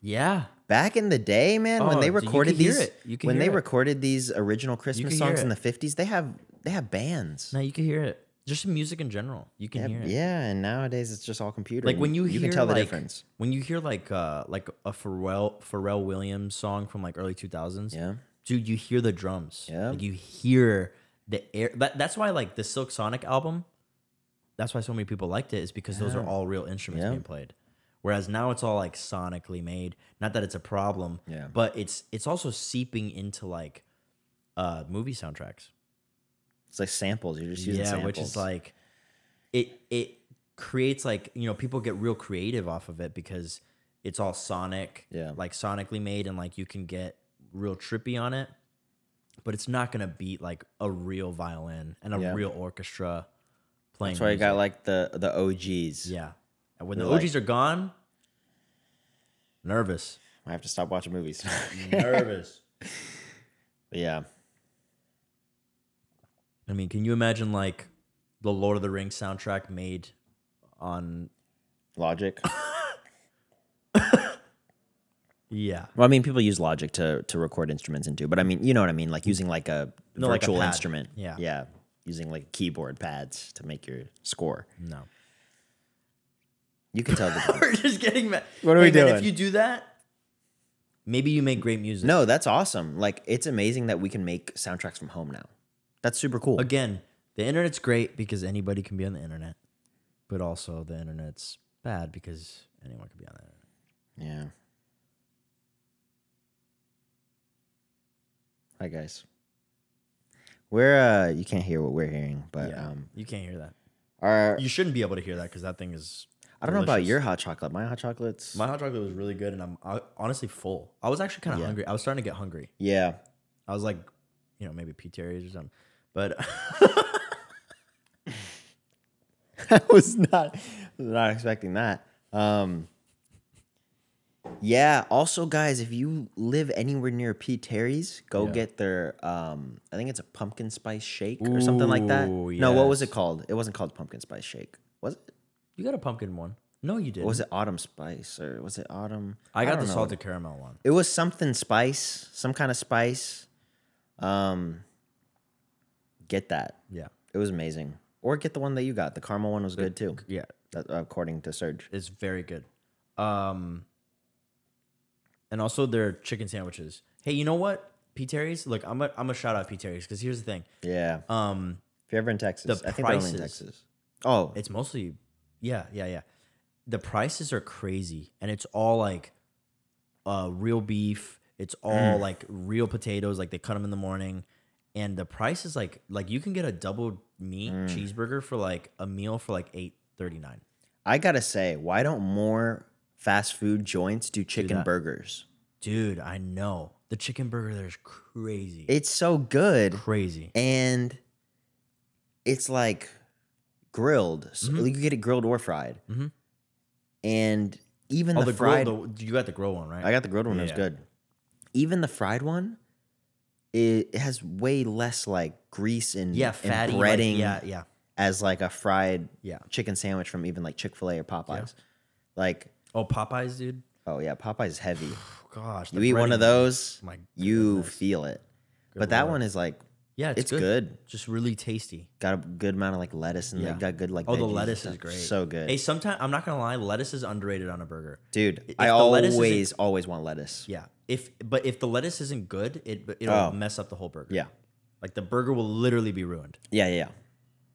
Yeah.
Back in the day, man,
Oh,
when they
dude, you
recorded
could hear
these,
it. You could
when
hear
they
it.
recorded these original Christmas
hear
songs in
it.
the fifties, they have they have bands.
No, you can hear it. Just in music in general, you can
They have-
hear it.
yeah, and nowadays it's just all computer.
Like
and
when you,
you
hear
can tell
like,
the difference.
When you hear like uh like a Pharrell Pharrell Williams song from like early two thousands.
Yeah.
Dude, you hear the drums.
Yeah.
Like you hear the air. That, that's why like the Silk Sonic album. That's why so many people liked it is because those are
Yeah.
all real instruments
Yeah.
being played. Whereas now it's all like sonically made. Not that it's a problem.
Yeah.
But it's it's also seeping into like uh movie soundtracks.
It's like samples. You're just using
yeah,
samples.
which is like it it creates like you know people get real creative off of it because it's all sonic,
Yeah.
like sonically made, and like you can get real trippy on it, but it's not gonna beat like a real violin and a
Yeah.
real orchestra playing.
that's why you
music.
got like the the OGs.
yeah. And when the
They're like-
OGs are gone, nervous,
I have to stop watching movies.
nervous.
But yeah.
I mean, can you imagine like the Lord of the Rings soundtrack made on?
Logic.
Yeah.
well, I mean, people use Logic to to record instruments into, but I mean, you know what I mean, like using like a
No, like a
virtual
pad.
instrument.
Yeah.
yeah, using like keyboard pads to make your score.
No.
You can tell the difference.
We're just getting mad.
What are we
man, if
doing?
you do that, maybe you make great music.
no, that's awesome. Like, it's amazing that we can make soundtracks from home now. That's super cool.
Again, the internet's great because anybody can be on the internet, but also the internet's bad because anyone can be on the internet.
Yeah. Hi guys. We're uh, you can't hear what we're hearing, but
yeah,
um,
you can't hear that.
our
You shouldn't be able to hear that because that thing is.
I don't know about
delicious.
your hot chocolate. My hot chocolate's
My hot chocolate was really good, and I'm uh, honestly full. I was actually kind of
Yeah.
hungry. I was starting to get hungry.
yeah.
I was like, you know, maybe P. Terry's or something. But
I was not not expecting that. Um yeah, also guys, if you live anywhere near P. Terry's, go get their um I think it's a pumpkin spice shake or something like that.
Ooh,
No, what was it
yes.
called? It wasn't called pumpkin spice shake. Was it?
you got a pumpkin one. No, you didn't.
Was it autumn spice or was it autumn?
I got
don't
the
know.
salted caramel one.
It was something spice, some kind of spice. Um get that.
Yeah.
It was amazing. Or get the one that you got. The caramel one was good too.
Yeah.
that- According to Serge.
is very good. Um, and also their chicken sandwiches. Hey, you know what? P Terry's. Look, I'm a, I'm a shout out P Terry's because here's the thing.
Yeah.
Um,
if you're ever in Texas,
the
I think they're only in
prices.
Texas. Oh,
it's mostly, yeah, yeah, yeah. The prices are crazy, and it's all like, uh, real beef. It's all like real potatoes. Like they cut them in the morning, and the price is like like you can get a double meat cheeseburger for like a meal for like eight thirty nine.
I gotta say, why don't more fast food joints do chicken
that.
burgers?
Dude, I know the chicken burger there's crazy,
It's so good,
crazy.
and it's like grilled. So
Mhm.
you can get it grilled or fried,
Mhm.
and even
Oh,
the,
the,
fried.
grill, the, you got the grill one, right?
I got the grilled one; it was
Yeah.
good. Even the fried one, it, it has way less like grease and
yeah,
and
fatty, like-
breading
yeah, yeah,
as like a fried
yeah.
chicken sandwich from even like Chick Fil A or Popeyes. Like,
Oh, Popeyes, dude.
oh yeah, Popeyes is heavy.
Oh, gosh,
you
the
eat one
breading
of
is-
those,
my
you
goodness.
feel it. but that
lord.
one is like
Yeah,
it's, good.
Just really tasty.
Got a good amount of like lettuce and
Yeah.
they got good like.
Oh, the
veggies and
lettuce
stuff.
is great.
So good,
Hey, sometimes I'm not gonna lie, lettuce is underrated on a burger.
dude.
if
I
the lettuce isn't-
always always want lettuce.
Yeah. If but if the lettuce isn't good, it it'll
Oh.
mess up the whole burger.
Yeah,
Like the burger will literally be ruined.
yeah, yeah,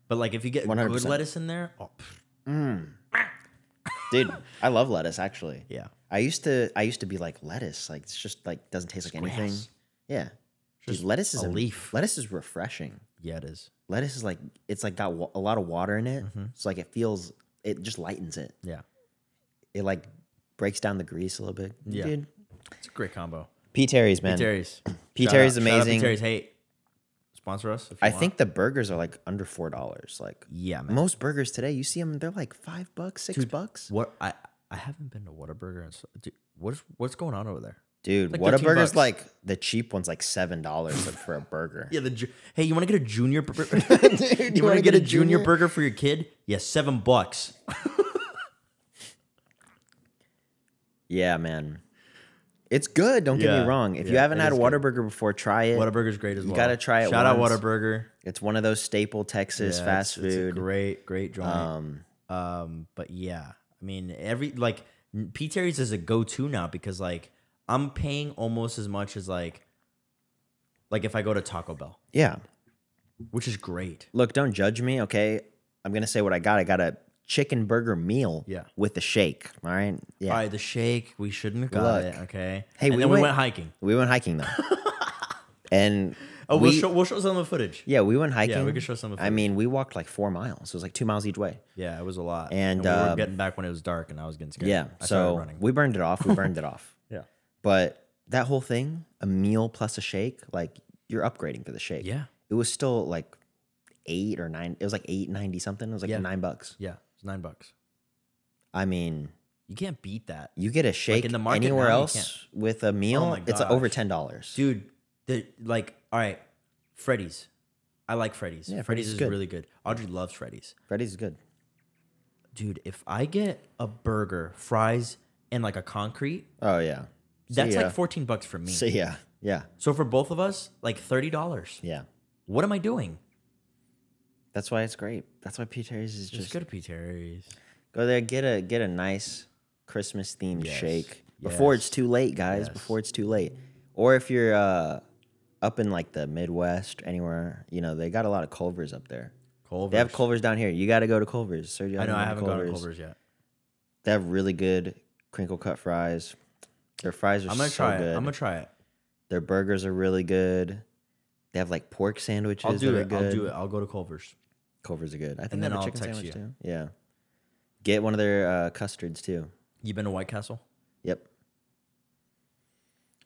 But like if you get good
100%.
lettuce in there, oh pff,
yeah. dude. I love lettuce actually.
yeah.
I used to I used to be like lettuce like it's just like doesn't taste like anything.
grass.
Yeah, dude,
Just
lettuce is
a
am-
leaf.
Lettuce is refreshing.
Yeah, it is.
Lettuce is like it's like got wa- a lot of water in it.
Mm-hmm.
So like it feels it just lightens it.
Yeah.
It like breaks down the grease a little bit.
Yeah.
Dude.
It's a great combo.
P Terry's man.
P Terry's.
P.
Shout
Terry's
out- shout out P.
amazing.
Terry's, hey, sponsor us. If you
I
want.
think the burgers are like under four dollars. Like
Yeah, man.
most burgers today, you see them, they're like five bucks, six bucks.
What I I haven't been to Whataburger and so, dude, what's what's going on over there?
Dude,
like
what a
13
burger's
bucks.
like the cheap one's like seven dollars for a burger.
Yeah, the ju- hey, you want to get a junior? Bur-
Dude,
you want
wanna
to get, a junior, burger for your kid? Yeah, seven bucks.
Yeah, man. It's good. Don't get
Yeah,
me wrong. If you
yeah,
haven't
it
had a
is
Whataburger before, try it.
Whataburger's great as
You
well.
gotta try it
Shout
once.
out Whataburger.
It's one of those staple Texas
Yeah,
fast
it's- it's a
food.
great, great joint. Um,
um,
but yeah, I mean, every like P Terry's is a go-to now because like I'm paying almost as much as like like if I go to Taco Bell,
yeah.
which is great.
Look, don't judge me, okay? I'm gonna say what I got. I got a chicken burger meal
Yeah.
with a shake. All right. Yeah.
All right, the shake we shouldn't have got
Look.
it. Okay.
Hey,
and
we
then we
went-
went hiking.
We went hiking though. and
Oh, we,
we-
will show we'll show some of the footage.
Yeah, we went hiking.
we could show some of the
I
footage.
mean, we walked like four miles. It was like two miles each way.
Yeah, it was a lot.
And,
we were
um,
getting back when it was dark, and I was getting scared.
Yeah.
I started
so
running.
we burned it off. We burned it off.
Yeah.
But that whole thing, a meal plus a shake, like you're upgrading for the shake.
Yeah.
It was still like eight or nine. It was like eight ninety something. It was like
Yeah.
nine bucks.
yeah, it's nine bucks.
I mean,
You can't beat that,
you get a shake
in the market
anywhere
now, you Oh
else with a meal,
my
it's uh, over
gosh.
ten dollars.
dude. The like, all right, Freddy's. I like Freddy's.
Yeah,
Freddy's
Freddy's
is
is good.
really good. Audrey loves Freddy's.
Freddy's is good.
Dude, if I get a burger, fries, and like a concrete,
Oh yeah. See
that's
ya.
like fourteen bucks for me.
So yeah, yeah,
So for both of us, like thirty dollars.
yeah.
What am I doing?
That's why it's great. That's why P. Terry's is
Just
just
go to P. Terry's.
Go there, get a get a nice Christmas themed
Yes.
shake before it's
Yes.
too late, guys.
Yes.
Before it's too late, or if you're uh, up in like the Midwest, anywhere, you know they got a lot of Culvers up there.
Culver's.
They have Culvers down here. You got to go to Culvers. Sergio,
I know. I
Alvarado
haven't gone to Culver's yet.
They have really good crinkle cut fries. Their fries are
I'm gonna
so
try
good.
it. I'm gonna try it.
Their burgers are really good. They have like pork sandwiches.
I'll do
that
it.
are
I'll
good.
do it. I'll go to Culver's.
Culvers are good. I think
And
they
then
have a
I'll
chicken
text
sandwich
you.
too. Yeah, get one of their uh, custards too.
You been to White Castle?
Yep.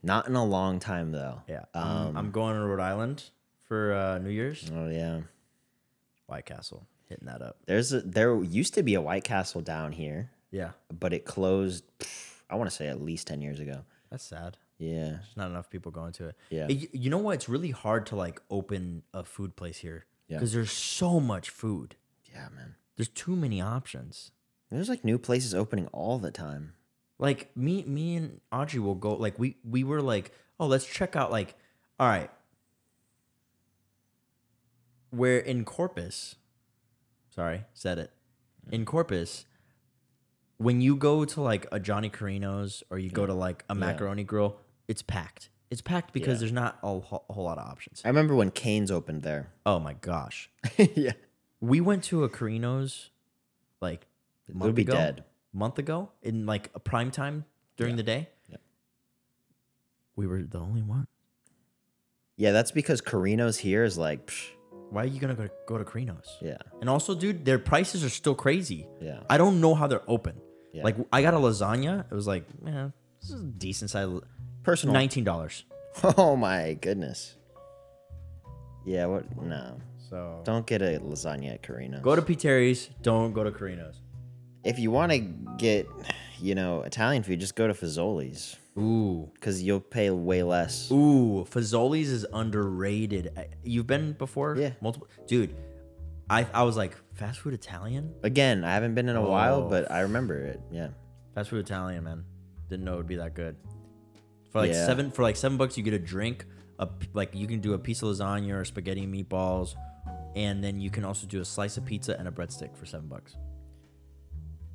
Not in a long time though.
Yeah.
Um,
I'm, I'm going to Rhode Island for uh, New Year's.
oh yeah.
White Castle. Hitting that up.
There's a, there used to be a White Castle down here,
Yeah.
but it closed. pff, I want to say at least ten years ago.
That's sad.
Yeah.
There's not enough people going to it.
Yeah.
Y- You, know what? It's really hard to like open a food place here.
Yeah.
Because there's so much food.
Yeah, man.
There's too many options.
There's like new places opening all the time.
Like me, me and Audrey will go. Like we, we were like, oh, let's check out. Like, all right, we're in Corpus. Sorry, said it. In Corpus, when you go to like a Johnny Carino's or you go to like a macaroni grill, it's packed. It's packed because there's not a, wh- a whole lot of options.
I remember when Canes opened there.
Oh my gosh.
yeah.
We went to a Carino's like a month
be
ago,
dead.
month ago in like a prime time during the day.
Yeah.
We were the only one.
Yeah, that's because Carino's here is like, psh,
Why are you gonna go to, go to Carino's?
yeah,
And also, dude, their prices are still crazy.
Yeah.
I don't know how they're open.
Yeah.
Like I got a lasagna. It was like, man, this is a decent size. la-
personal.
Nineteen dollars.
Oh my goodness. Yeah, what? No,
So
don't get a lasagna at Carino's.
go to Piteri's. Don't go to Carino's.
if you want to get, you know, Italian food, just go to Fazoli's
Ooh,
because you'll pay way less.
ooh, Fazoli's is underrated. I- You've been before?
Yeah.
Multiple, dude. I I was like fast food Italian.
Again, I haven't been in a
Oh.
while, but I remember it. Yeah.
Fast food Italian, man. Didn't know it would be that good. For like
Yeah.
seven for like seven bucks, you get a drink. A p- like you can do a piece of lasagna or spaghetti and meatballs, and then you can also do a slice of pizza and a breadstick for seven bucks.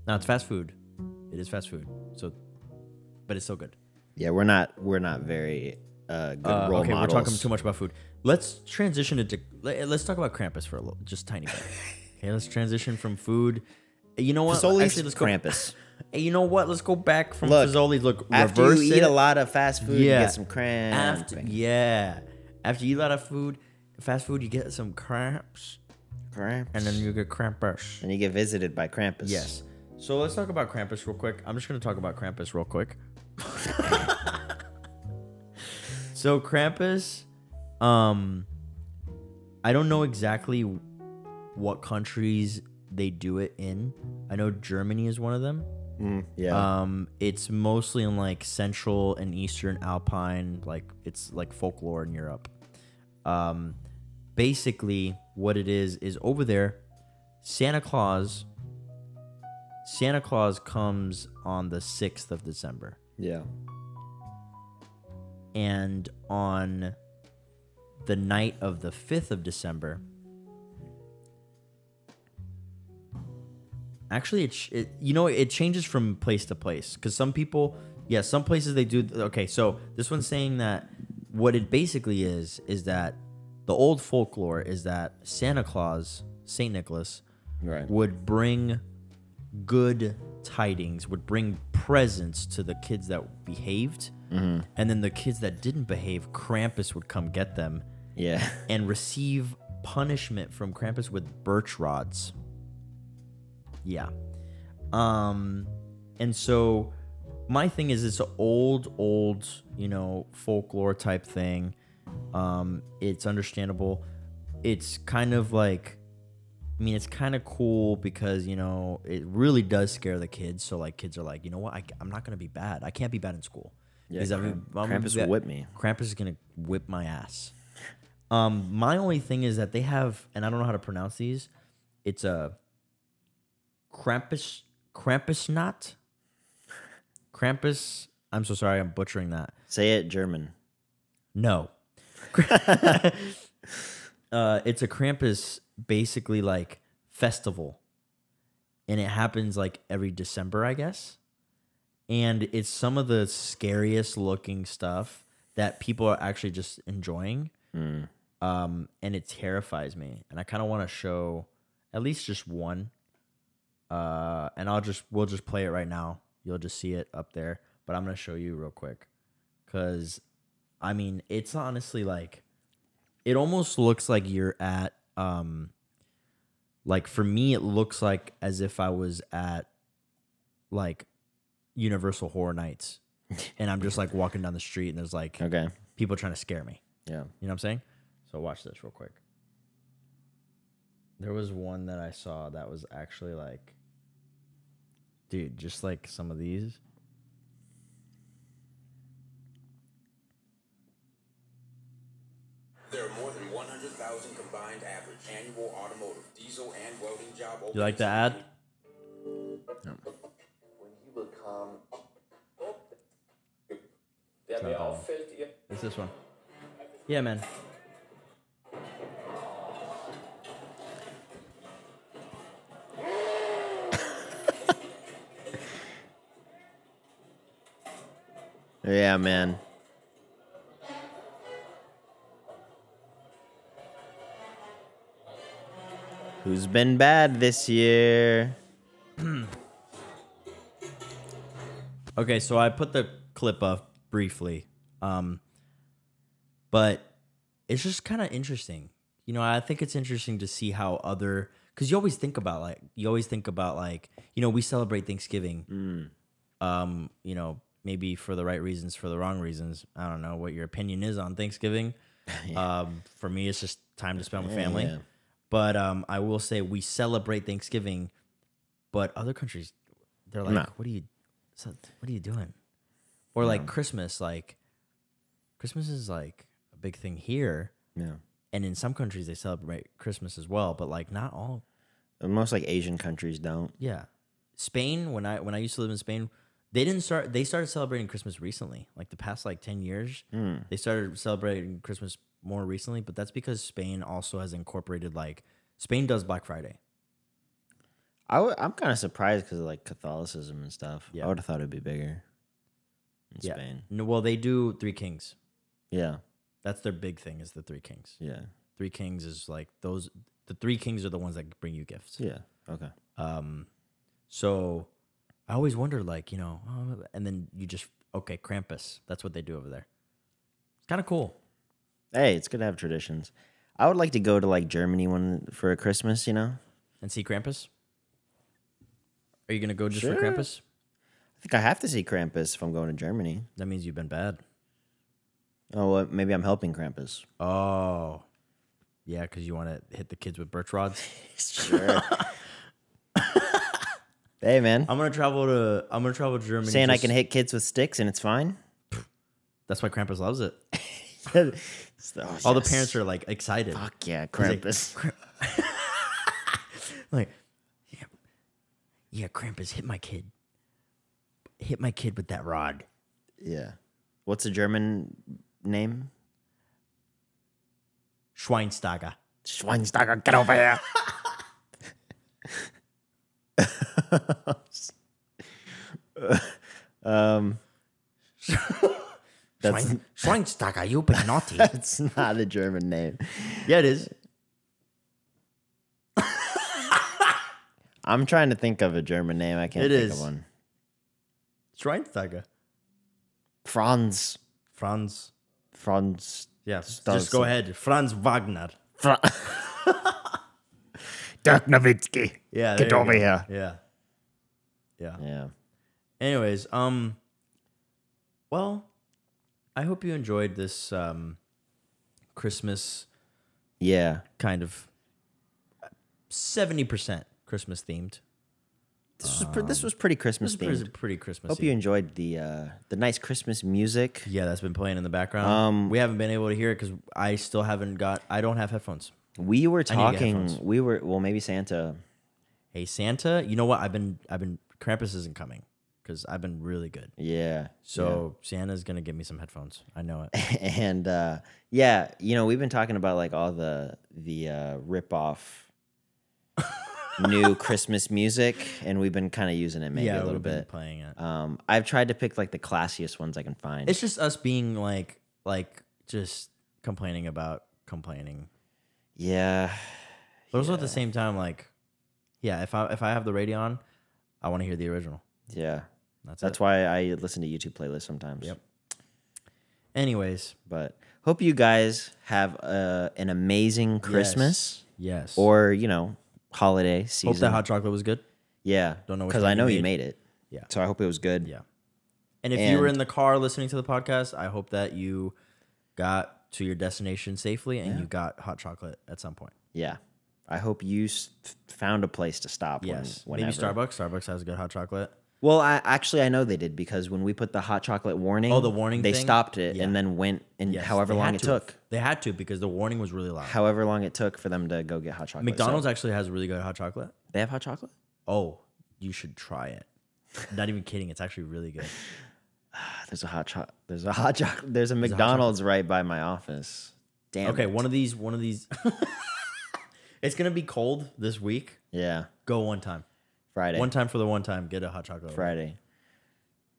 Now it's fast food. It is fast food. So, but it's still good.
Yeah, we're not we're not very uh, good
Uh,
role
okay,
models.
we're talking too much about food. Let's transition it to let- let's talk about Krampus for a little, just tiny bit. okay, let's transition from food. You know what?
Fazoli's
Uh, Actually, let's go.
Krampus.
Hey, you know what? Let's go back from
Look,
Fazoli's. Look,
After
reverse
you eat
it.
a lot of fast food,
Yeah.
you get some cramps.
After, yeah, after you eat a lot of food, fast food, you get some cramps,
cramps.
and then you get crampers.
and you get visited by Krampus.
Yes. So let's talk about Krampus real quick. I'm just gonna talk about Krampus real quick. so Krampus, um, I don't know exactly what countries they do it in. I know Germany is one of them.
Mm, Yeah.
Um, it's mostly in like central and eastern alpine, like it's like folklore in Europe. Um, basically, what it is is over there, Santa Claus. Santa Claus comes on the sixth of December,
yeah.
and on the night of the fifth of December. Actually, it, ch- it you know it changes from place to place because some people, yeah, some places they do. Okay, so this one's saying that what it basically is is that the old folklore is that Santa Claus, Saint Nicholas,
Right.
would bring good tidings, would bring presents to the kids that behaved, and then the kids that didn't behave, Krampus would come get them
Yeah.
and receive punishment from Krampus with birch rods. Yeah. Um and so my thing is it's an old old, you know, folklore type thing. Um it's understandable. It's kind of like I mean, it's kind of cool because, you know, it really does scare the kids. So, like, kids are like, you know what? I, am not going to be bad. I can't be bad in school. Yeah,
Krampus will whip me.
Krampus is gonna whip my ass. Um, my only thing is that they have, and I don't know how to pronounce these. It's a Krampus, Krampus knot, Krampus. I'm so sorry, I'm butchering that.
Say it German.
No, uh, it's a Krampus basically like festival, and it happens like every December, I guess. And it's some of the scariest looking stuff that people are actually just enjoying, um, and it terrifies me. And I kind of want to show at least just one, uh, and I'll just we'll just play it right now. You'll just see it up there, but I'm gonna show you real quick, cause I mean it's honestly like it almost looks like you're at um like for me it looks like as if i was at like universal horror nights and i'm just like walking down the street and there's like
Okay.
people trying to scare me
Yeah.
you know what i'm saying so watch this real quick there was one that i saw that was actually like dude just like some of these
There are more than 100,000 combined average annual automotive diesel and welding job openings.
you like the ad
Der mir auffällt, ihr
it's this one yeah man
Yeah, man. Who's been bad this year?
Okay, so I put the clip up briefly, um, but it's just kind of interesting. You know, I think it's interesting to see how other because you always think about like you always think about like you know we celebrate Thanksgiving,
Mm.
um, you know maybe for the right reasons for the wrong reasons. I don't know what your opinion is on Thanksgiving. um, for me, it's just time to spend with family.
yeah.
But um, I will say we celebrate Thanksgiving, but other countries they're like,
No.
what are you, so- what are you doing? Or like Christmas, like Christmas is like a big thing here,
Yeah.
and in some countries they celebrate Christmas as well, but like not all.
Most like Asian countries don't.
Yeah, Spain. When I when I used to live in Spain, they didn't start. They started celebrating Christmas recently, like the past like ten years.
Hmm.
They started celebrating Christmas more recently, but that's because Spain also has incorporated like Spain does Black Friday.
I w- I'm kind of surprised because of like Catholicism and stuff.
Yeah.
I would have thought it'd be bigger in Spain.
No, well, they do Three Kings.
Yeah.
That's their big thing is the Three Kings.
Yeah.
Three Kings is like those. The Three Kings are the ones that bring you gifts.
Yeah. Okay.
Um, so I always wondered, like, you know, oh, and then you just okay, Krampus. That's what they do over there. It's kind of cool.
Hey, it's good to have traditions. I would like to go to like Germany one for a Christmas, you know?
And see Krampus. Are you gonna go just for Krampus?
I think I have to see Krampus if I'm going to Germany.
That means you've been bad.
Oh, well, maybe I'm helping Krampus.
Oh, yeah, because you want to hit the kids with birch rods.
Sure. hey, man.
I'm gonna travel to. I'm gonna travel to Germany.
saying I
just-
can hit kids with sticks and it's fine.
That's why Krampus loves it.
It's the- oh,
All the
yes.
parents are like excited.
Fuck yeah,
like,
Krampus.
like, yeah, yeah, Krampus hit my kid. Hit my kid with that rod.
yeah. What's the German name?
Schweinsteiger.
Schweinsteiger, get over here. um, that's,
Schwein, Schweinsteiger, you've been naughty.
that's not a German name.
yeah, it is.
I'm trying to think of a German name. I can't
It
think
is.
of one.
Schweinsteiger.
Franz.
Franz.
Franz.
Yeah,
Stars-
just go ahead. Franz Wagner.
Fra- Dirk Nowitzki.
Yeah,
Get
there you
over
go.
here.
Yeah. yeah,
Yeah.
Anyways, um, well, I hope you enjoyed this um Christmas
Yeah.
kind of seventy percent Christmas themed.
This was, pre- this was pretty Christmas
This is
themed.
pretty, pretty Christmas.
Hope you enjoyed the uh, the nice Christmas music.
yeah, that's been playing in the background.
Um,
we haven't been able to hear it because I still haven't got. I don't have headphones.
We
I
were
need to get
talking.
headphones.
We were well, maybe Santa.
Hey Santa, you know what? I've been I've been Krampus isn't coming because I've been really good.
Yeah.
So Santa's gonna give me some headphones. I know it.
and uh, yeah, you know, we've been talking about like all the the uh, rip off new Christmas music, and we've been kind of using it maybe
yeah,
a little
we've been
bit.
playing it.
Um, I've tried to pick like the classiest ones I can find.
It's just us being like like just complaining about complaining.
yeah,
But also at the same time, like yeah, if I if I have the radio on, I want to hear the original.
yeah.
That's,
That's
it.
why I listen to YouTube playlists sometimes.
Yep. Anyways,
But hope you guys have uh, an amazing Christmas
Yes.
or you know holiday season.
hope that hot chocolate was good.
yeah,
Don't know which
because
one
I
you
know you
made.
made it.
Yeah.
So I hope it was good.
Yeah. And if you were
And-
in the car listening to the podcast, I hope that you got to your destination safely and you got hot chocolate at some point.
Yeah. I hope you s- f- found a place to stop. when-
Yes.
whenever. Mm-hmm.
Maybe Starbucks. Starbucks has good hot chocolate.
Well, I actually I know they did because when we put the hot chocolate warning,
Oh, the warning
they
thing?
stopped it
Yeah.
and then went and
Yes,
however
they
long
had
it
to.
took,
They had to because the warning was really loud.
however long it took for them to go get hot chocolate. So,
McDonald's actually has really good hot chocolate.
they have hot chocolate.
Oh, you should try it. Not even kidding. It's actually really good.
Ah, There's a hot chocolate. There's a hot chocolate. There's a McDonald's right by my office. Damn.
Okay,
it.
one of these, one of these. it's gonna be cold this week.
Yeah.
Go one time.
Friday.
One time for the one time. Get a hot chocolate.
Friday.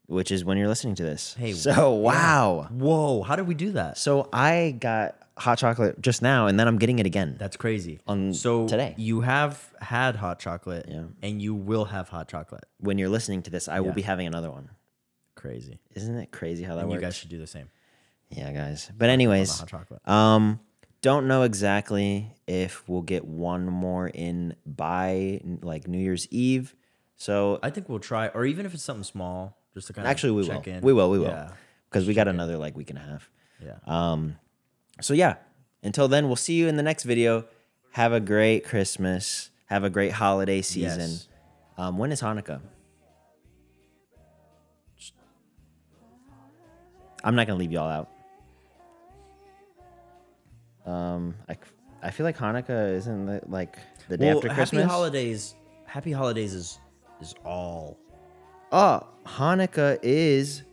which is when you're listening to this.
Hey,
so wow.
Whoa, how did we do that?
So I got hot chocolate just now, and then I'm getting it again.
That's crazy.
On
so
today.
you have had hot chocolate,
Yeah.
and you will have hot chocolate.
when you're listening to this, I
Yeah.
will be having another one.
Crazy.
Isn't it crazy how that
And
works?
you guys should do the same.
yeah, guys. But
on the
anyways,
hot chocolate.
um, don't know exactly if we'll get one more in by like New Year's Eve. So
I think we'll try, or even if it's something small, just to kind
actually,
of
we
check
will.
in.
we will. We will.
Yeah.
Because we got another like week and a half.
yeah.
Um, so yeah, until then, we'll see you in the next video. Have a great Christmas. Have a great holiday season.
Yes.
Um, when is Hanukkah? I'm not gonna leave y'all out. Um, I, I feel like Hanukkah isn't it like the day
well,
after
happy
Christmas.
holidays. Happy holidays is is all.
oh, Hanukkah is.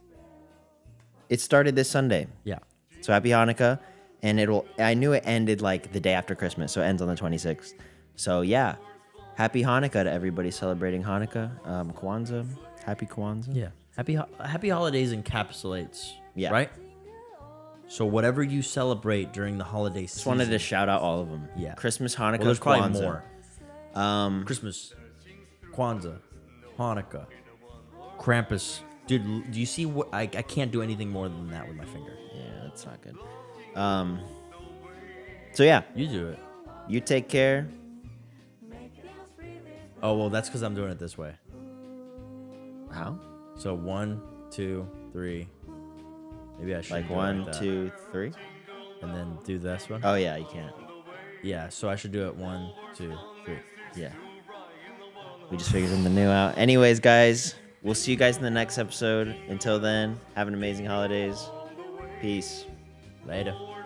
It started this Sunday.
Yeah.
So happy Hanukkah. And it'll I knew it ended like the day after Christmas, so it ends on the 26th. So yeah. Happy Hanukkah to everybody celebrating Hanukkah. Um Kwanzaa. Happy Kwanzaa.
Yeah. Happy ho- Happy Holidays encapsulates.
Yeah.
Right. So whatever you celebrate during the holiday season.
Just wanted to shout out all of them.
Yeah.
Christmas, Hanukkah,
well, there's probably
Kwanzaa.
more.
Um
Christmas, Kwanzaa, Hanukkah, Krampus. Dude, l- do you see what? I, I can't do anything more than that with my finger.
yeah, that's not good. Um So yeah,
You do it.
you take care.
Oh well, that's because I'm doing it this way.
How?
So one, two, three. Maybe I should
Like
do it
one,
like that.
two, three?
and then do this one.
Oh yeah, you can't.
Yeah, so I should do it one, two, three.
Yeah. We just figured something new out. Anyways, guys, we'll see you guys in the next episode. Until then, have an amazing holidays. Peace.
Later.